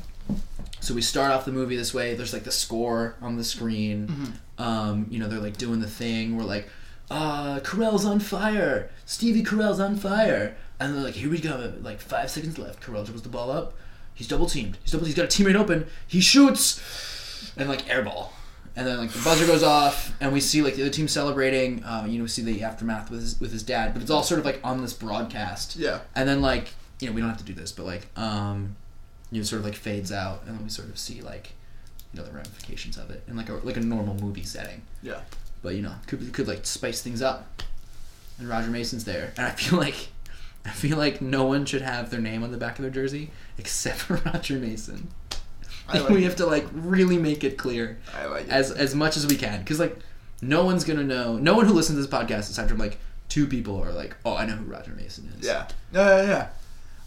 Speaker 2: so we start off the movie this way. There's like the score on the screen. Um, you know, they're like doing the thing. We're like, uh, Carell's on fire. Stevie Carell's on fire. And they're like, here we go. Like five seconds left. Carell dribbles the ball up. He's double teamed. He's double. He's got a teammate open. He shoots, and like airball. And then like the buzzer goes off, and we see like the other team celebrating. Uh, you know, we see the aftermath with his, with his dad. But it's all sort of like on this broadcast.
Speaker 1: Yeah.
Speaker 2: And then like you know we don't have to do this, but like um, you know sort of like fades out, and then we sort of see like you know the ramifications of it in like a like a normal movie setting.
Speaker 1: Yeah.
Speaker 2: But you know could could like spice things up. And Roger Mason's there, and I feel like I feel like no one should have their name on the back of their jersey except for Roger Mason.
Speaker 1: I like
Speaker 2: we
Speaker 1: it.
Speaker 2: have to like really make it clear
Speaker 1: I like it.
Speaker 2: as as much as we can because like no one's gonna know. No one who listens to this podcast aside from like two people are like, oh, I know who Roger Mason is.
Speaker 1: Yeah. Yeah, yeah,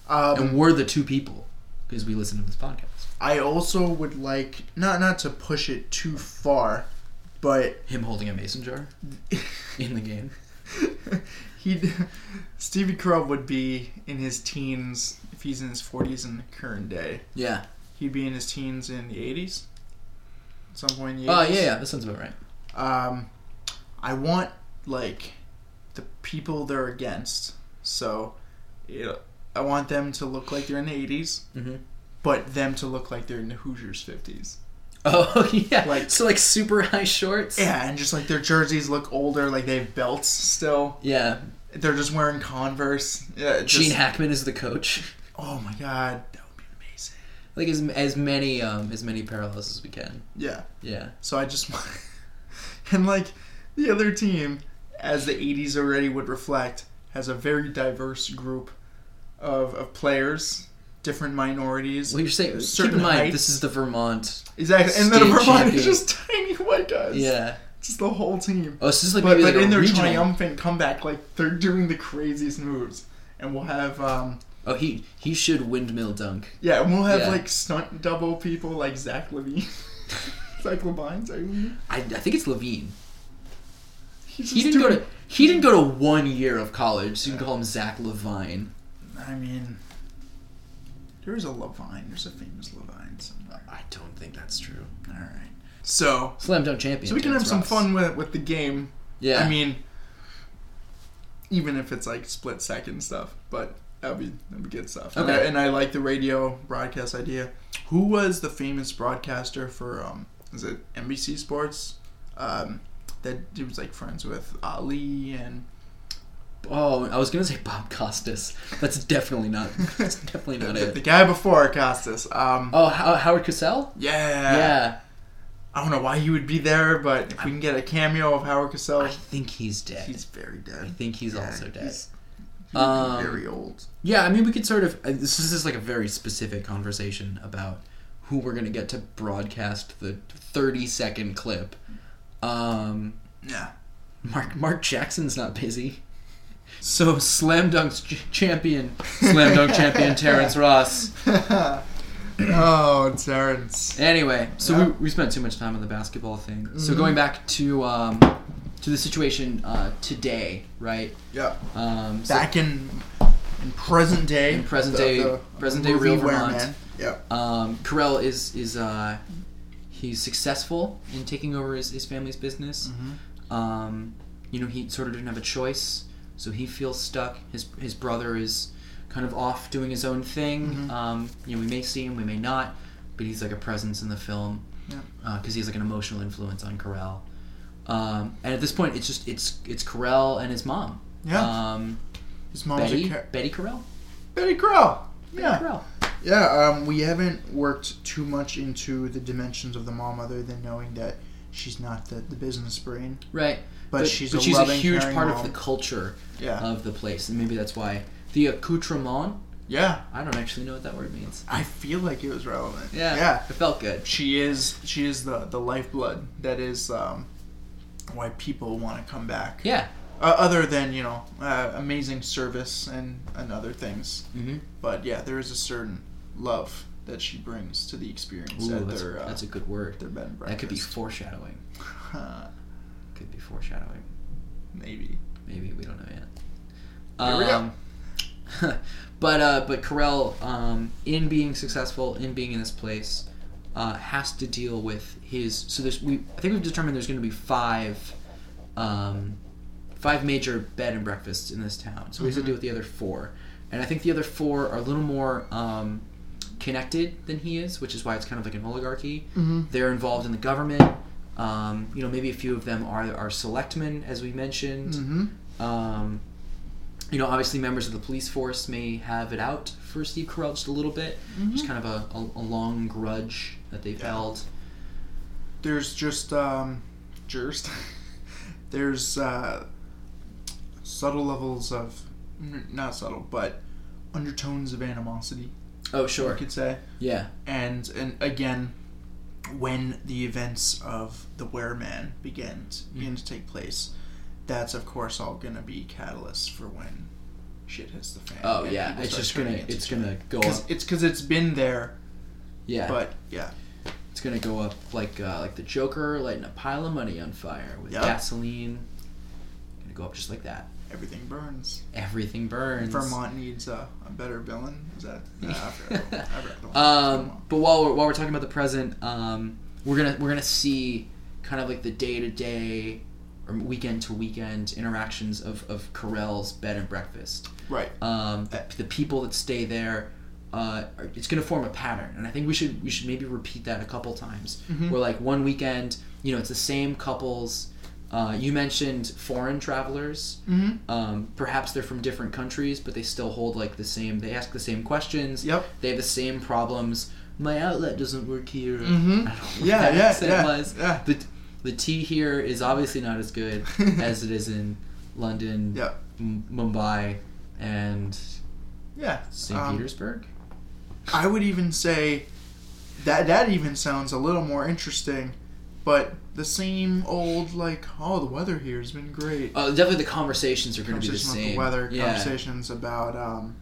Speaker 1: yeah. Um,
Speaker 2: and we're the two people because we listen to this podcast.
Speaker 1: I also would like not not to push it too far, but
Speaker 2: Him holding a mason jar in the game.
Speaker 1: he Stevie Carell would be in his teens if he's in his forties in the current day.
Speaker 2: Yeah.
Speaker 1: He'd be in his teens in the eighties, at some point in the
Speaker 2: Oh yeah,
Speaker 1: eighties.
Speaker 2: yeah. That sounds about right.
Speaker 1: Um, I want like the people they're against. So, you know, I want them to look like they're in the eighties,
Speaker 2: Mm-hmm.
Speaker 1: but them to look like they're in the Hoosiers fifties.
Speaker 2: Oh yeah.
Speaker 1: Like-
Speaker 2: so like super high shorts.
Speaker 1: Yeah, and just like their jerseys look older, like they have belts still.
Speaker 2: Yeah.
Speaker 1: They're just wearing Converse. Yeah, just,
Speaker 2: Gene Hackman is the coach.
Speaker 1: Oh my god, that would be amazing.
Speaker 2: Like as as many um as many parallels as we can.
Speaker 1: Yeah,
Speaker 2: Yeah.
Speaker 1: so I just want. and like the other team, as the 80s already would reflect, has a very diverse group of, of players, different minorities.
Speaker 2: Well, you're saying
Speaker 1: Certain
Speaker 2: keep in mind
Speaker 1: heights.
Speaker 2: this is the Vermont.
Speaker 1: exactly, and then
Speaker 2: state
Speaker 1: Vermont
Speaker 2: champion.
Speaker 1: is just tiny white guys.
Speaker 2: Yeah.
Speaker 1: Just the whole team.
Speaker 2: Oh, so this is like
Speaker 1: but,
Speaker 2: maybe
Speaker 1: but
Speaker 2: like
Speaker 1: in
Speaker 2: a
Speaker 1: their
Speaker 2: regional.
Speaker 1: triumphant comeback, like they're doing the craziest moves. And we'll have um,
Speaker 2: Oh, he he should windmill dunk.
Speaker 1: Yeah, and we'll have
Speaker 2: Yeah.
Speaker 1: like stunt double people like Zach Levine. Zach Levine, Zach Levine.
Speaker 2: I, I think it's Levine.
Speaker 1: He's
Speaker 2: He
Speaker 1: just
Speaker 2: didn't go
Speaker 1: doing-
Speaker 2: to he didn't go to one year of college. So you can call him Zach Levine.
Speaker 1: I mean, there is a Levine. There's a famous Levine somewhere.
Speaker 2: I don't think that's true.
Speaker 1: All right. So,
Speaker 2: Slam Dunk Champion.
Speaker 1: so we can have
Speaker 2: Terrence
Speaker 1: some
Speaker 2: Ross.
Speaker 1: fun with with the game.
Speaker 2: Yeah.
Speaker 1: I mean, even if it's like split second stuff, but that'd be that'd be good stuff. And I-
Speaker 2: Okay.
Speaker 1: And, I, like the radio broadcast idea. Who was the famous broadcaster for um is it NBC Sports? Um that he was like friends with Ali and
Speaker 2: oh, I was gonna say Bob Costas. That's definitely not. That's definitely not
Speaker 1: the, the
Speaker 2: it.
Speaker 1: guy before Costas. Um
Speaker 2: Oh, How- Howard Cosell.
Speaker 1: yeah.
Speaker 2: Yeah,
Speaker 1: I don't know why he would be there, but if we can get a cameo of Howard Cosell,
Speaker 2: I think he's dead.
Speaker 1: he's very
Speaker 2: I
Speaker 1: dead.
Speaker 2: think he's
Speaker 1: Yeah,
Speaker 2: also dead.
Speaker 1: he's- He'd be
Speaker 2: Um,
Speaker 1: very old.
Speaker 2: Yeah, I mean, we could sort of. uh, This is just like a very specific conversation about who we're gonna get to broadcast the thirty-second clip. Um,
Speaker 1: Yeah.
Speaker 2: Mark Mark Jackson's not busy, so slam dunks ch- champion, slam dunk champion Terrence Ross.
Speaker 1: oh, Terrence.
Speaker 2: Anyway, so
Speaker 1: Yeah.
Speaker 2: we, we spent too much time on the basketball thing. So going back to um, to the situation uh, today, right?
Speaker 1: Yeah.
Speaker 2: Um, so-
Speaker 1: Back in in present day.
Speaker 2: In present day- present day
Speaker 1: movie
Speaker 2: real
Speaker 1: Where
Speaker 2: Vermont.
Speaker 1: Man. Yeah.
Speaker 2: um, Carell is is uh, he's successful in taking over his, his family's business.
Speaker 1: Mm-hmm.
Speaker 2: Um, you know, he sort of didn't have a choice, so he feels stuck. His his brother is kind of off doing his own thing.
Speaker 1: Mm-hmm.
Speaker 2: Um, you know, we may see him, we may not, but he's like a presence in the film uh,
Speaker 1: Yeah.
Speaker 2: because he's like an emotional influence on Carell. Um, and at this point, it's just it's it's Carell and his mom.
Speaker 1: Yeah.
Speaker 2: Um,
Speaker 1: His mom's
Speaker 2: Betty
Speaker 1: a car-
Speaker 2: Betty Carell.
Speaker 1: Betty Crow.
Speaker 2: Betty
Speaker 1: Yeah.
Speaker 2: Carell.
Speaker 1: Yeah. Um, we haven't worked too much into the dimensions of the mom, other than knowing that she's not the, the business brain,
Speaker 2: Right.
Speaker 1: but, she's a
Speaker 2: she's a
Speaker 1: loving,
Speaker 2: huge
Speaker 1: caring
Speaker 2: part
Speaker 1: mom.
Speaker 2: of the Uh, culture
Speaker 1: Yeah.
Speaker 2: of the place, and maybe that's why the accoutrement.
Speaker 1: yeah.
Speaker 2: I don't actually know what that word means.
Speaker 1: I feel like it was relevant.
Speaker 2: Yeah,
Speaker 1: Yeah.
Speaker 2: it felt good.
Speaker 1: she is she is the the lifeblood that is um, why people want to come back.
Speaker 2: Yeah,
Speaker 1: Uh, other than you know uh, amazing service and and other things,
Speaker 2: Mhm.
Speaker 1: but yeah, there is a certain love that she brings to the experience
Speaker 2: Ooh,
Speaker 1: at
Speaker 2: that's,
Speaker 1: their uh,
Speaker 2: that's a good word.
Speaker 1: their bed and
Speaker 2: That
Speaker 1: breakfast.
Speaker 2: could be foreshadowing.
Speaker 1: Uh,
Speaker 2: Could be foreshadowing.
Speaker 1: maybe.
Speaker 2: Maybe we don't know yet. Um,
Speaker 1: Here we go.
Speaker 2: but uh, but Carell, um, in being successful, in being in this place, uh, has to deal with his. So there's we I think we've determined there's going to be five, um, five major bed and breakfasts in this town. So we
Speaker 1: Mm-hmm.
Speaker 2: have to deal with the other four, and I think the other four are a little more. Um, connected than he is which is why it's kind of like an oligarchy
Speaker 1: Mm-hmm.
Speaker 2: they're involved in the government um, you know maybe a few of them are are selectmen as we mentioned
Speaker 1: Mm-hmm.
Speaker 2: um, you know, obviously, members of the police force may have it out for Steve Carell just a little bit. Just kind of a, a, a long grudge that they've
Speaker 1: Yeah.
Speaker 2: held.
Speaker 1: There's just um, just there's uh, subtle levels of n- not subtle, but undertones of animosity.
Speaker 2: Oh,
Speaker 1: You
Speaker 2: sure.
Speaker 1: could say.
Speaker 2: Yeah.
Speaker 1: and and again when the events of the wereman begin
Speaker 2: Hmm.
Speaker 1: begin to take place that's of course all gonna be catalysts for when shit hits the fan
Speaker 2: Oh,
Speaker 1: and
Speaker 2: yeah.
Speaker 1: people
Speaker 2: It's
Speaker 1: start
Speaker 2: just
Speaker 1: turning
Speaker 2: gonna
Speaker 1: into
Speaker 2: it's
Speaker 1: each other.
Speaker 2: gonna go
Speaker 1: 'Cause
Speaker 2: up.
Speaker 1: it's because it's been there
Speaker 2: Yeah.
Speaker 1: but yeah
Speaker 2: it's gonna go up like uh, like the Joker lighting a pile of money on fire with
Speaker 1: Yeah.
Speaker 2: gasoline. Gonna go up just like that.
Speaker 1: everything burns
Speaker 2: Everything burns.
Speaker 1: vermont needs a, a better villain is that nah, I forgot the- I forgot the one.
Speaker 2: Um, but while we're, while we're talking about the present, um, we're gonna we're gonna see kind of like the day to day or weekend to weekend interactions of of Carell's bed and breakfast.
Speaker 1: right
Speaker 2: Um, the, the people that stay there, uh, are- it's gonna form a pattern, and I think we should we should maybe repeat that a couple times. Where like one weekend, you know, it's the same couples. Uh, you mentioned foreign travelers.
Speaker 1: Mhm.
Speaker 2: Um, perhaps they're from different countries, but they still hold like the same. They ask the same questions.
Speaker 1: Yep.
Speaker 2: They have the same problems. My outlet doesn't work here.
Speaker 1: Mhm.
Speaker 2: I don't know what
Speaker 1: Yeah,
Speaker 2: that
Speaker 1: yeah,
Speaker 2: accent
Speaker 1: yeah,
Speaker 2: was.
Speaker 1: yeah.
Speaker 2: The the tea here is obviously not as good as it is in London,
Speaker 1: Yep.
Speaker 2: M- Mumbai, and
Speaker 1: yeah
Speaker 2: St.
Speaker 1: um,
Speaker 2: Petersburg.
Speaker 1: I would even say that that even sounds a little more interesting, but the same old like oh the weather here has been great.
Speaker 2: Uh, definitely, the conversations are going to be the
Speaker 1: conversations about
Speaker 2: same.
Speaker 1: the weather,
Speaker 2: yeah.
Speaker 1: conversations about um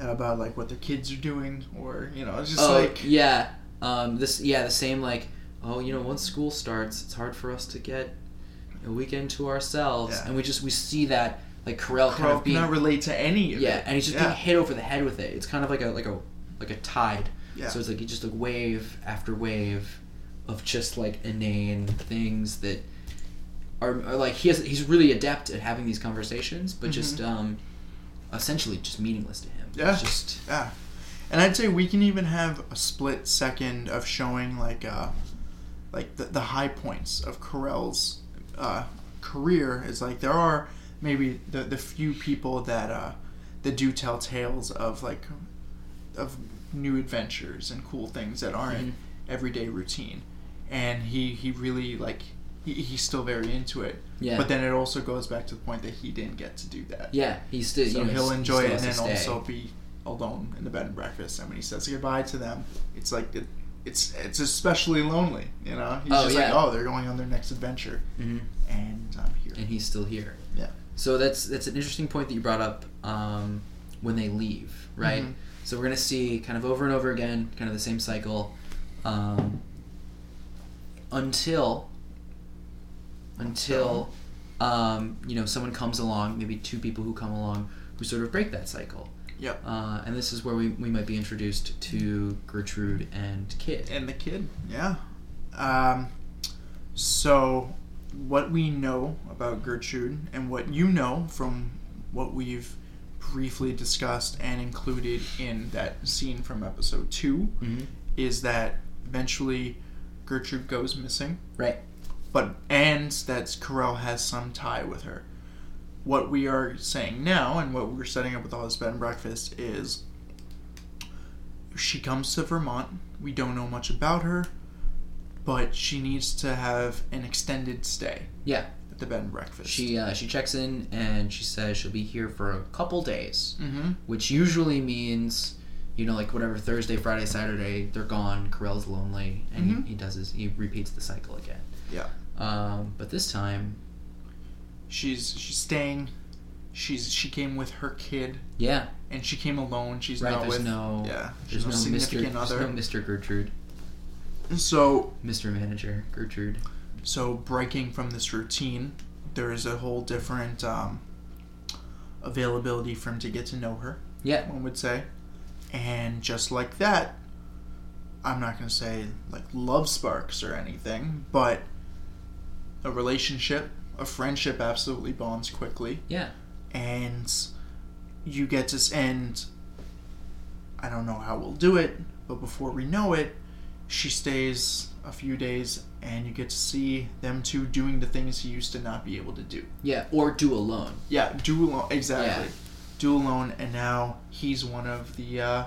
Speaker 1: about like what their kids are doing or you know it's just
Speaker 2: Oh,
Speaker 1: like
Speaker 2: yeah. Um, this yeah the same like oh you know once school starts it's hard for us to get a weekend to ourselves
Speaker 1: Yeah.
Speaker 2: and we just we see that like Carell kind
Speaker 1: Carl
Speaker 2: of being
Speaker 1: cannot relate to any of
Speaker 2: Yeah,
Speaker 1: it.
Speaker 2: and he's just
Speaker 1: yeah.
Speaker 2: being hit over the head with it. It's kind of like a like a like a tide.
Speaker 1: Yeah.
Speaker 2: So it's like you just like wave after wave of just like inane things that are, are like he has he's really adept at having these conversations, but just um, essentially just meaningless to him.
Speaker 1: Mm-hmm. Yeah.
Speaker 2: It's just
Speaker 1: Yeah. And I'd say we can even have a split second of showing like uh like the, the high points of Carell's uh, career is like there are maybe the the few people that uh that do tell tales of like of new adventures and cool things that aren't
Speaker 2: Mhm.
Speaker 1: everyday routine. And he he really like he, he's still very into it.
Speaker 2: yeah.
Speaker 1: But then it also goes back to the point that he didn't get to do that.
Speaker 2: yeah, he still
Speaker 1: So
Speaker 2: you know,
Speaker 1: he'll
Speaker 2: he
Speaker 1: enjoy
Speaker 2: still
Speaker 1: it and
Speaker 2: has
Speaker 1: then
Speaker 2: to stay.
Speaker 1: also be alone in the bed and breakfast. And when he says goodbye to them, it's like it, it's it's especially lonely. You know, he's
Speaker 2: Oh,
Speaker 1: just
Speaker 2: yeah.
Speaker 1: like, oh, they're going on their next adventure,
Speaker 2: Mhm.
Speaker 1: and I'm here.
Speaker 2: and he's still here.
Speaker 1: Yeah.
Speaker 2: So that's that's an interesting point that you brought up um, when they leave, right?
Speaker 1: Mhm.
Speaker 2: So we're gonna see kind of over and over again, kind of the same cycle, um, until until um, you know someone comes along, maybe two people who come along who sort of break that cycle.
Speaker 1: Yep.
Speaker 2: Uh, and this is where we, we might be introduced to Gertrude and Kid.
Speaker 1: And the kid, yeah. Um, so what we know about Gertrude and what you know from what we've briefly discussed and included in that scene from episode two
Speaker 2: Mhm.
Speaker 1: is that eventually Gertrude goes missing,
Speaker 2: Right.
Speaker 1: but and that Carell has some tie with her. What we are saying now, and what we're setting up with all this bed and breakfast, is she comes to Vermont. We don't know much about her, but she needs to have an extended stay
Speaker 2: Yeah.
Speaker 1: at the bed and breakfast.
Speaker 2: She uh, she checks in and she says she'll be here for a couple days.
Speaker 1: hmm
Speaker 2: which usually means you know like whatever thursday friday saturday they're gone Carell's lonely and
Speaker 1: Mhm.
Speaker 2: he, he does his he repeats the cycle again
Speaker 1: Yeah.
Speaker 2: um, but this time
Speaker 1: She's she's staying. She's she came with her kid,
Speaker 2: yeah
Speaker 1: and she came alone. She's
Speaker 2: right
Speaker 1: not
Speaker 2: there's
Speaker 1: with
Speaker 2: no
Speaker 1: yeah.
Speaker 2: there's no, mr
Speaker 1: significant other.
Speaker 2: there's no mr gertrude
Speaker 1: So
Speaker 2: mr manager gertrude
Speaker 1: so breaking from this routine there is a whole different um, availability for him to get to know her
Speaker 2: yeah
Speaker 1: one would say and just like that i'm not going to say like love sparks or anything but a relationship a friendship absolutely bonds quickly
Speaker 2: yeah
Speaker 1: and you get to s- and i don't know how we'll do it but before we know it she stays a few days and you get to see them two doing the things he used to not be able to do
Speaker 2: yeah or do alone
Speaker 1: yeah do alone exactly
Speaker 2: Yeah.
Speaker 1: do alone and now he's one of the uh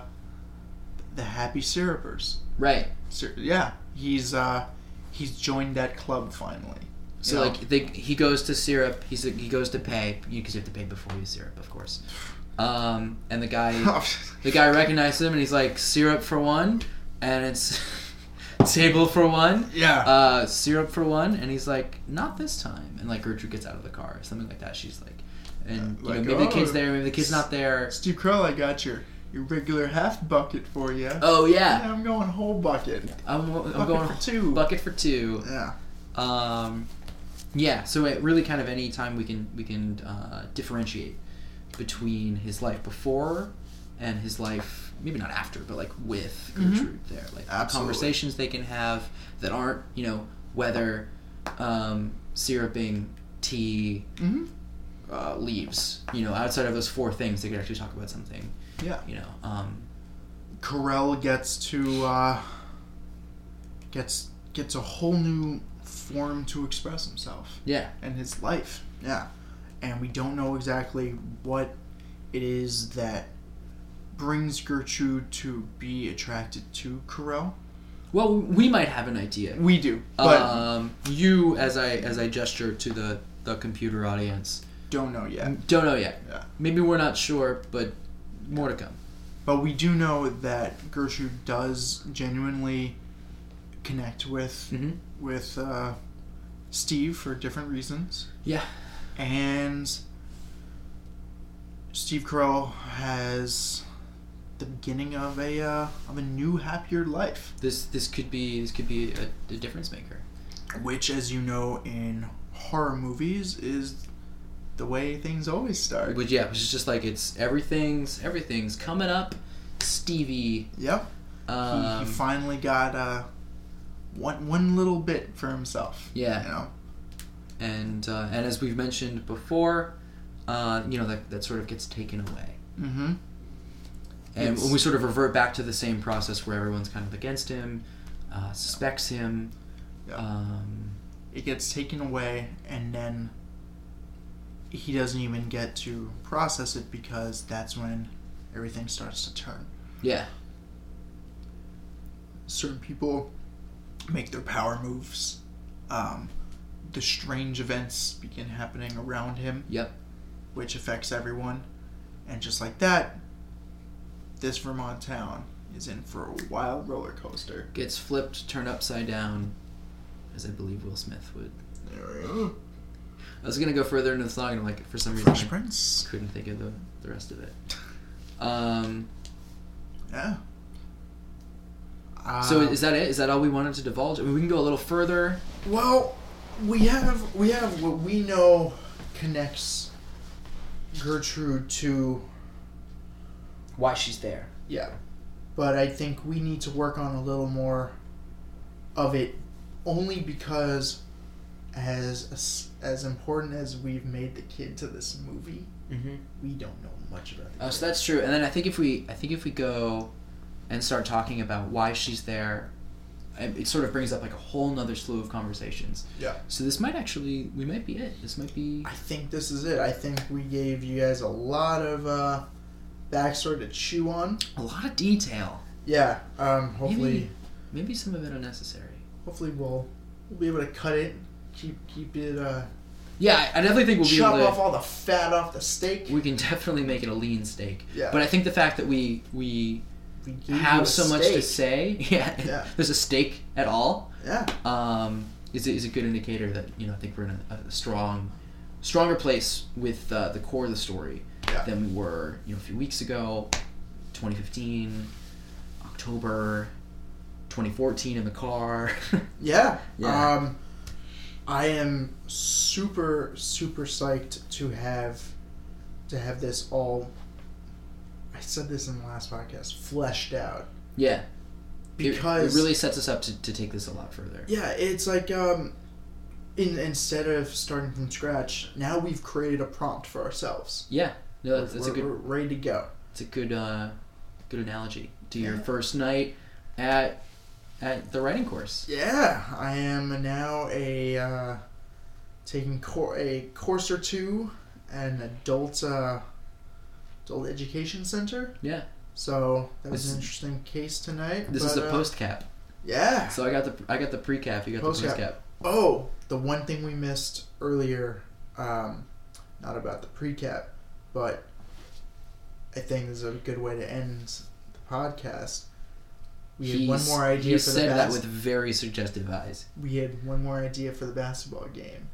Speaker 1: the happy syrupers
Speaker 2: right
Speaker 1: Syr- yeah he's uh he's joined that club finally
Speaker 2: so
Speaker 1: You know?
Speaker 2: like they, he goes to syrup he's he goes to pay because you, 'cause you have to pay before you syrup of course um, and the guy The guy recognizes him and he's like, syrup for one, and it's table for one,
Speaker 1: yeah
Speaker 2: uh, syrup for one, and he's like, not this time. And like Gertrude gets out of the car or something like that. She's like, and
Speaker 1: Yeah,
Speaker 2: you
Speaker 1: like,
Speaker 2: know, maybe the kid's
Speaker 1: oh,
Speaker 2: there, maybe the kid's not there.
Speaker 1: Steve Curl, I got your your regular half bucket for you.
Speaker 2: Oh yeah,
Speaker 1: I'm going whole bucket.
Speaker 2: I'm, I'm
Speaker 1: bucket
Speaker 2: going
Speaker 1: for two.
Speaker 2: bucket for two.
Speaker 1: Yeah.
Speaker 2: Um, yeah, so it really kind of any time we can we can uh, differentiate between his life before and his life maybe not after, but like with
Speaker 1: Mhm.
Speaker 2: Gertrude there, like the
Speaker 1: Absolutely.
Speaker 2: conversations they can have that aren't you know whether um, syruping tea
Speaker 1: hmm
Speaker 2: uh, leaves you know outside of those four things they could actually talk about something
Speaker 1: Yeah.
Speaker 2: you know um,
Speaker 1: Carell gets to uh, gets gets a whole new form to express himself
Speaker 2: yeah
Speaker 1: and his life. Yeah. And we don't know exactly what it is that brings Gertrude to be attracted to Carell.
Speaker 2: well we might have an idea
Speaker 1: We do, but
Speaker 2: um, you as I as I gesture to the the computer audience
Speaker 1: don't know yet.
Speaker 2: Um, Don't know yet.
Speaker 1: Yeah.
Speaker 2: Maybe we're not sure, but more to come.
Speaker 1: But we do know that Gertrude does genuinely connect with
Speaker 2: Mm-hmm.
Speaker 1: with uh, Steve for different reasons,
Speaker 2: Yeah.
Speaker 1: and Steve Carell has the beginning of a uh, of a new happier life,
Speaker 2: This this could be this could be a, a difference maker.
Speaker 1: which, as you know, in horror movies is the way things always start.
Speaker 2: But yeah, it's just like it's everything's everything's coming up. Stevie.
Speaker 1: Yep, he,
Speaker 2: Um,
Speaker 1: he finally got uh, one one little bit for himself.
Speaker 2: Yeah.
Speaker 1: You know.
Speaker 2: and uh, and as we've mentioned before, uh, you know that that sort of gets taken away,
Speaker 1: Mm-hmm.
Speaker 2: and
Speaker 1: It's-
Speaker 2: we sort of revert back to the same process where everyone's kind of against him, uh, suspects him.
Speaker 1: Yeah.
Speaker 2: Um,
Speaker 1: It gets taken away, and then he doesn't even get to process it because that's when everything starts to turn.
Speaker 2: yeah,
Speaker 1: certain people make their power moves. Um, the strange events begin happening around him,
Speaker 2: yep,
Speaker 1: which affects everyone. And just like that, this Vermont town is in for a wild roller coaster.
Speaker 2: gets flipped, turned upside down, as I believe Will Smith would. I was gonna go further into the song, and I'm like, for some reason,
Speaker 1: Fresh
Speaker 2: I
Speaker 1: Prince.
Speaker 2: couldn't think of the the rest of it. Um,
Speaker 1: Yeah. Uh,
Speaker 2: so is that it? Is that all we wanted to divulge? I mean, we can go a little further.
Speaker 1: Well, we have we have what we know connects Gertrude to
Speaker 2: Why she's there?
Speaker 1: Yeah. But I think we need to work on a little more of it only because as as important as we've made the kid to this movie,
Speaker 2: Mm-hmm.
Speaker 1: we don't know much about the
Speaker 2: Oh,
Speaker 1: kid.
Speaker 2: so that's true. And then I think if we, I think if we go and start talking about why she's there, it it sort of brings up like a whole nother slew of conversations.
Speaker 1: yeah.
Speaker 2: So this might actually, we might be it. This might be.
Speaker 1: I think this is it. I think we gave you guys a lot of uh backstory to chew on.
Speaker 2: a lot of detail.
Speaker 1: Yeah. Um hopefully
Speaker 2: Maybe, maybe some of it unnecessary.
Speaker 1: hopefully we'll we'll be able to cut it, keep keep it uh
Speaker 2: Yeah, I- I definitely think we'll
Speaker 1: chop
Speaker 2: be able
Speaker 1: off
Speaker 2: to.
Speaker 1: all the fat off the steak.
Speaker 2: we can definitely make it a lean steak.
Speaker 1: Yeah.
Speaker 2: But I think the fact that we we
Speaker 1: We gave you a
Speaker 2: have so much to
Speaker 1: steak.
Speaker 2: say, yeah,
Speaker 1: Yeah.
Speaker 2: there's a steak at all,
Speaker 1: Yeah.
Speaker 2: um, is a- is a good indicator that you know I think we're in a, a strong, stronger place with uh, the core of the story
Speaker 1: Yeah.
Speaker 2: than we were you know a few weeks ago, 2015, October, 2014 in the car.
Speaker 1: Yeah.
Speaker 2: Yeah.
Speaker 1: Um, I am super super psyched to have to have this all. I said this in the last podcast, fleshed out
Speaker 2: yeah, It-
Speaker 1: because
Speaker 2: it, really sets us up to, to take this a lot further.
Speaker 1: yeah, it's like um, in instead of starting from scratch, now we've created a prompt for ourselves.
Speaker 2: Yeah, no, that's,
Speaker 1: we're,
Speaker 2: that's a good
Speaker 1: we're ready to go.
Speaker 2: It's a good uh, good analogy to your
Speaker 1: Yeah.
Speaker 2: first night at at the writing course.
Speaker 1: Yeah, I am now a uh, taking cor- a course or two at an adult uh, adult education center.
Speaker 2: Yeah,
Speaker 1: So that was
Speaker 2: This-
Speaker 1: an interesting case tonight.
Speaker 2: this
Speaker 1: but,
Speaker 2: is a
Speaker 1: uh,
Speaker 2: post cap.
Speaker 1: Yeah.
Speaker 2: So I got the I got the pre cap. You got the
Speaker 1: Post-cap.
Speaker 2: post cap.
Speaker 1: Oh, the one thing we missed earlier, um, not about the precap, but I think this is a good way to end the podcast. We had one more idea
Speaker 2: He
Speaker 1: for the
Speaker 2: said that
Speaker 1: bas-
Speaker 2: with very suggestive eyes.
Speaker 1: we had one more idea for the basketball game.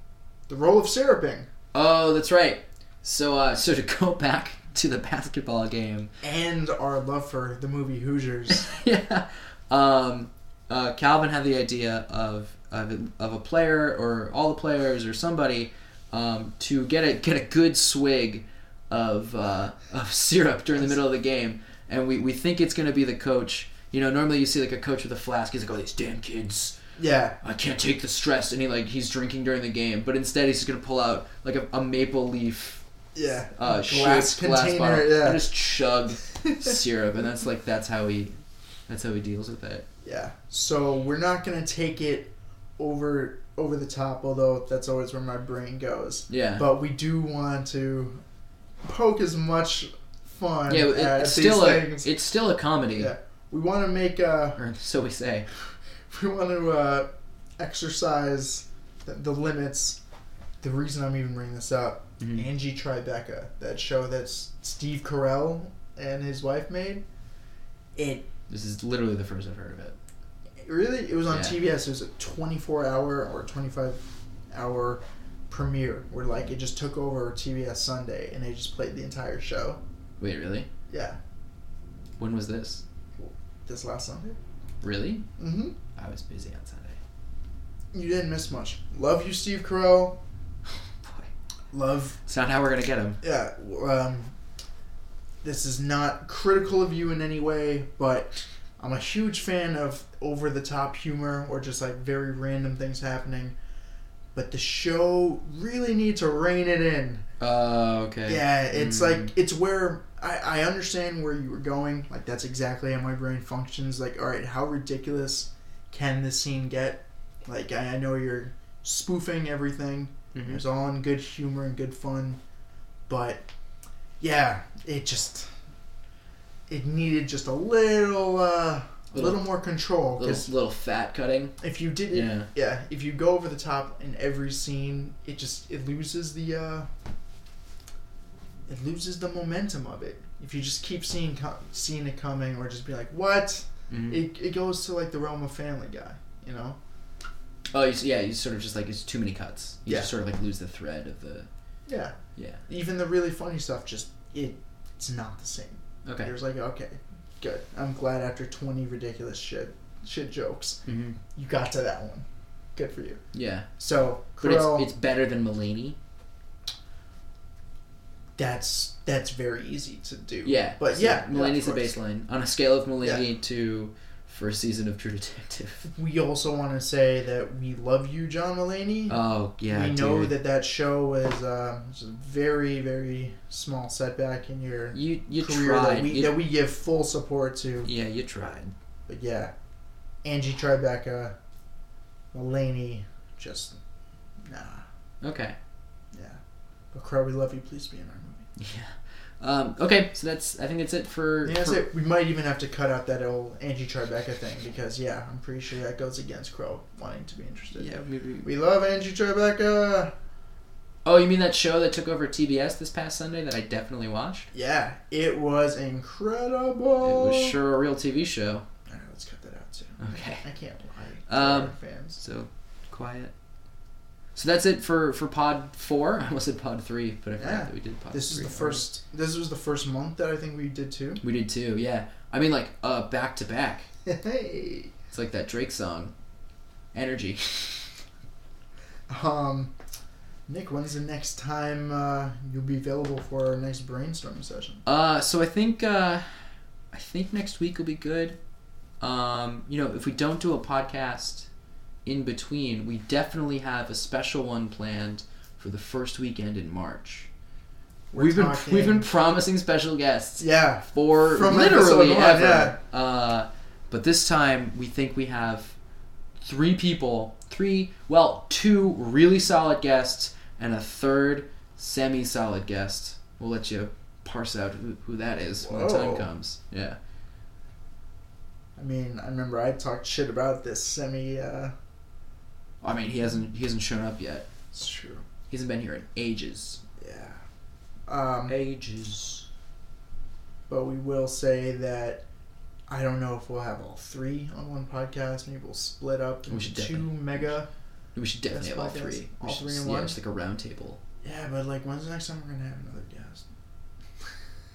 Speaker 1: The role of Seraping.
Speaker 2: Oh, that's right. So uh, so to go back to the basketball game.
Speaker 1: and our love for the movie Hoosiers.
Speaker 2: yeah. Um, uh, Calvin had the idea of, of of a player or all the players or somebody um, to get a get a good swig of uh, of syrup during the middle of the game, and we, we think it's gonna be the coach. You know, normally you see like a coach with a flask. He's like, "Oh, these damn kids!
Speaker 1: yeah,
Speaker 2: I can't take the stress." And he like he's drinking during the game, but instead he's just gonna pull out like a, a maple leaf
Speaker 1: yeah.
Speaker 2: uh, glass glass bottle and just chug syrup, and that's like that's how he that's how he deals with it.
Speaker 1: yeah, yeah. So we're not gonna take it over over the top, although that's always where my brain goes.
Speaker 2: Yeah.
Speaker 1: But we do want to poke as much fun.
Speaker 2: yeah, it-
Speaker 1: at
Speaker 2: it's
Speaker 1: these
Speaker 2: still a
Speaker 1: things.
Speaker 2: it's still a comedy,
Speaker 1: Yeah. we want to make uh,
Speaker 2: or so we say.
Speaker 1: we want to uh, exercise the, the limits. The reason I'm even bringing this up,
Speaker 2: Mhm.
Speaker 1: Angie Tribeca, that show that S- Steve Carell and his wife made, it
Speaker 2: This is literally the first I've heard of it.
Speaker 1: really it was on
Speaker 2: Yeah.
Speaker 1: TBS. It was a 24 hour or 25 hour premiere where like it just took over TBS Sunday and they just played the entire show.
Speaker 2: Wait, really?
Speaker 1: Yeah,
Speaker 2: When was this?
Speaker 1: this last Sunday.
Speaker 2: Really?
Speaker 1: Mm-hmm.
Speaker 2: I was busy on Sunday.
Speaker 1: You didn't miss much. Love you, Steve Carell.
Speaker 2: Boy,
Speaker 1: Love
Speaker 2: it's not how we're gonna get him.
Speaker 1: yeah, um, this is not critical of you in any way, but I'm a huge fan of over the top humor or just like very random things happening. But the show really needs to rein it in.
Speaker 2: Uh, okay.
Speaker 1: Yeah, it's
Speaker 2: Mm.
Speaker 1: like it's where I, I understand where you were going. Like that's exactly how my brain functions. Like, all right, how ridiculous can this scene get? Like I, I know you're spoofing everything. It
Speaker 2: Mhm.
Speaker 1: was all in good humor and good fun. But yeah, it just it needed just a little uh a
Speaker 2: Little-
Speaker 1: little more control because
Speaker 2: Little, little fat cutting.
Speaker 1: if you did
Speaker 2: Yeah.
Speaker 1: yeah, if you go over the top in every scene, it just it loses the uh it loses the momentum of it. If you just keep seeing co- seeing it coming or just be like, "What?"
Speaker 2: Mhm.
Speaker 1: It it goes to like the realm of family guy, you know?
Speaker 2: Oh, you, s- yeah. You sort of just like it's too many cuts. You
Speaker 1: Yeah.
Speaker 2: just sort of like lose the thread of the.
Speaker 1: Yeah.
Speaker 2: Yeah.
Speaker 1: Even the really funny stuff just it it's not the same.
Speaker 2: Okay.
Speaker 1: There's like, okay, good. I'm glad after 20 ridiculous shit shit jokes,
Speaker 2: Mm-hmm.
Speaker 1: you got to that one. Good for you.
Speaker 2: Yeah.
Speaker 1: So,
Speaker 2: But it's,
Speaker 1: Crow,
Speaker 2: it's better than Mulaney.
Speaker 1: that's that's very easy to do.
Speaker 2: Yeah.
Speaker 1: but
Speaker 2: so
Speaker 1: yeah,
Speaker 2: Mulaney's
Speaker 1: yeah, of
Speaker 2: the
Speaker 1: course.
Speaker 2: baseline on a scale of Mulaney to first season of True Detective.
Speaker 1: We also want to say that we love you, John Mulaney.
Speaker 2: Oh yeah.
Speaker 1: we know
Speaker 2: dude.
Speaker 1: that that show was, uh, was a very very small setback in your
Speaker 2: you you
Speaker 1: career
Speaker 2: tried.
Speaker 1: that we
Speaker 2: You-
Speaker 1: that we give full support to.
Speaker 2: yeah, you tried.
Speaker 1: But yeah, Angie Tribeca, Mulaney, just nah,
Speaker 2: Okay.
Speaker 1: yeah. But Crow, we love you. Please be in our movie.
Speaker 2: Yeah. Um, okay. So that's. I think that's it for.
Speaker 1: And that's
Speaker 2: for-
Speaker 1: it. We might even have to cut out that old Angie Tribeca thing because yeah, I'm pretty sure that goes against Crow wanting to be interested.
Speaker 2: Yeah. Maybe.
Speaker 1: We love Angie Tribeca.
Speaker 2: Oh, you mean that show that took over TBS this past Sunday that I definitely watched?
Speaker 1: Yeah, it was incredible.
Speaker 2: It was sure a real TV show.
Speaker 1: All right, let's cut that out too.
Speaker 2: Okay.
Speaker 1: I can't lie. to
Speaker 2: Um,
Speaker 1: our fans.
Speaker 2: So quiet. So that's it for for Pod Four. I almost said Pod Three, but I forgot
Speaker 1: Yeah.
Speaker 2: that we did Pod.
Speaker 1: This is
Speaker 2: three
Speaker 1: the
Speaker 2: already.
Speaker 1: first. This was the first month that I think we did too.
Speaker 2: We did too. Yeah. I mean, like uh, back to back.
Speaker 1: hey.
Speaker 2: It's like that Drake song, Energy.
Speaker 1: Um, Nick, when's the next time uh, you'll be available for our next brainstorming session?
Speaker 2: Uh, so I think uh, I think next week will be good. Um, you know, if we don't do a podcast in between, we definitely have a special one planned for the first weekend in March.
Speaker 1: We're
Speaker 2: we've
Speaker 1: talking-
Speaker 2: been we've been promising special guests
Speaker 1: Yeah.
Speaker 2: for
Speaker 1: From
Speaker 2: literally
Speaker 1: episode one,
Speaker 2: ever. Uh, but this time we think we have three people, three well, two really solid guests and a third semi-solid guest. We'll let you parse out who, who that is when the time
Speaker 1: Whoa.
Speaker 2: comes. Yeah.
Speaker 1: I mean, I remember I talked shit about this semi. Uh,
Speaker 2: I mean, he hasn't he hasn't shown up yet.
Speaker 1: it's true.
Speaker 2: He hasn't been here in ages.
Speaker 1: Yeah. Um,
Speaker 2: Ages.
Speaker 1: but we will say that I don't know if we'll have all three on one podcast. Maybe we'll split up
Speaker 2: We should
Speaker 1: into two
Speaker 2: definitely-
Speaker 1: mega.
Speaker 2: We should definitely
Speaker 1: Guest
Speaker 2: have all
Speaker 1: podcast.
Speaker 2: three. We
Speaker 1: All
Speaker 2: should
Speaker 1: three
Speaker 2: just-
Speaker 1: in
Speaker 2: yeah,
Speaker 1: one?
Speaker 2: just like a round table.
Speaker 1: Yeah, but like, when's the next time we're gonna have another guest?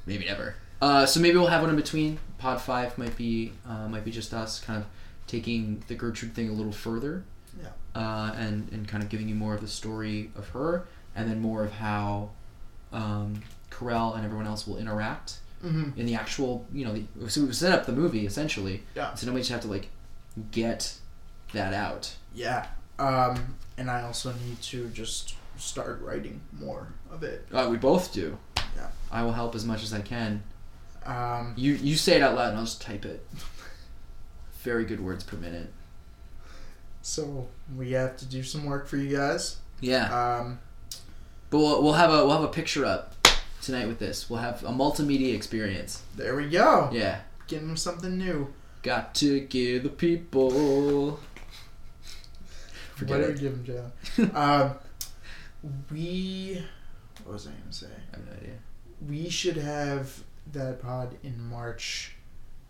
Speaker 2: maybe never. Uh, so maybe we'll have one in between. Pod five might be uh, might be just us kind of taking the Gertrude thing a little further.
Speaker 1: Yeah.
Speaker 2: Uh, and and kind of giving you more of the story of her, and then more of how um, Carell and everyone else will interact
Speaker 1: Mm-hmm.
Speaker 2: in the actual you know the, so we've set up the movie essentially.
Speaker 1: Yeah.
Speaker 2: So now we just have to like get that out.
Speaker 1: Yeah. Um, and I also need to just start writing more of it.
Speaker 2: Uh, we both do.
Speaker 1: Yeah.
Speaker 2: I will help as much as I can.
Speaker 1: Um,
Speaker 2: You you say it out loud and I'll just type it. Very good words per minute.
Speaker 1: so we have to do some work for you guys.
Speaker 2: Yeah.
Speaker 1: Um,
Speaker 2: But we'll, we'll have a we'll have a picture up tonight with this. We'll have a multimedia experience.
Speaker 1: there we go.
Speaker 2: Yeah.
Speaker 1: Getting them something new.
Speaker 2: Got to give the people. Forget
Speaker 1: what do
Speaker 2: it.
Speaker 1: we give them, John? um, we. What was I gonna say?
Speaker 2: I have no idea.
Speaker 1: We should have that pod in March.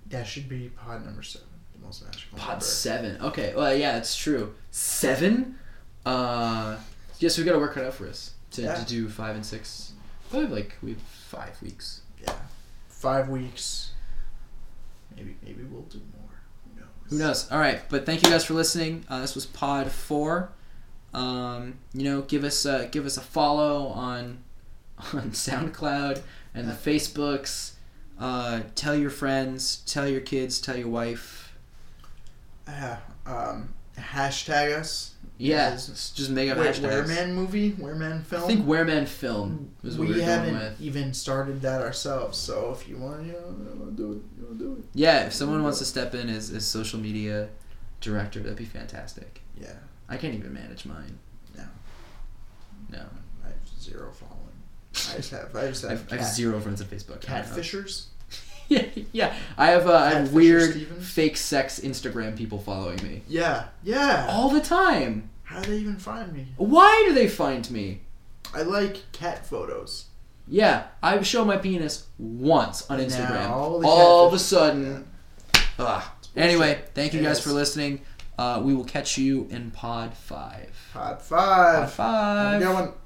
Speaker 1: That should be pod number seven. The most magical.
Speaker 2: Pod
Speaker 1: number.
Speaker 2: seven. Okay. Well, yeah, that's true. Seven. Uh, yes, we got to work it out for us to,
Speaker 1: Yeah.
Speaker 2: to do five and six. Probably like we have five weeks.
Speaker 1: Yeah. Five weeks. Maybe maybe we'll do more. Who knows?
Speaker 2: Who knows? All right, but thank you guys for listening. Uh, this was Pod Four. Um, you know, give us uh, give us a follow on on SoundCloud and the Facebooks. Uh, tell your friends, tell your kids, tell your wife.
Speaker 1: Yeah. Um, hashtag us.
Speaker 2: Yeah, just just make up
Speaker 1: Wait,
Speaker 2: hashtags.
Speaker 1: Wereman movie? Wereman film?
Speaker 2: I think Wereman film is what
Speaker 1: we
Speaker 2: we were going
Speaker 1: haven't
Speaker 2: with.
Speaker 1: even started that ourselves, so if you want, you know, do it, you know, do it.
Speaker 2: Yeah, if someone wants to step in as, as social media director, that'd be fantastic.
Speaker 1: Yeah,
Speaker 2: I can't even manage mine.
Speaker 1: No.
Speaker 2: No.
Speaker 1: I have zero following. I just have, I just
Speaker 2: I
Speaker 1: have,
Speaker 2: have, I have
Speaker 1: cat-
Speaker 2: zero friends on Facebook. I don't know.
Speaker 1: catfishers.
Speaker 2: yeah, yeah. I have, uh, I have
Speaker 1: Catfisher
Speaker 2: weird
Speaker 1: Steven?
Speaker 2: fake sex Instagram people following me
Speaker 1: Yeah, yeah.
Speaker 2: all the time.
Speaker 1: How do they even find me?
Speaker 2: Why do they find me?
Speaker 1: I like cat photos.
Speaker 2: Yeah, I show my penis once on
Speaker 1: Now,
Speaker 2: Instagram.
Speaker 1: all
Speaker 2: all
Speaker 1: the
Speaker 2: of a
Speaker 1: catfish-
Speaker 2: sudden. Ugh.
Speaker 1: bullshit.
Speaker 2: Anyway, thank you
Speaker 1: It
Speaker 2: guys
Speaker 1: is.
Speaker 2: for listening. Uh, we will catch you in pod five.
Speaker 1: Hot five.
Speaker 2: Pod
Speaker 1: Have
Speaker 2: five.
Speaker 1: a good one.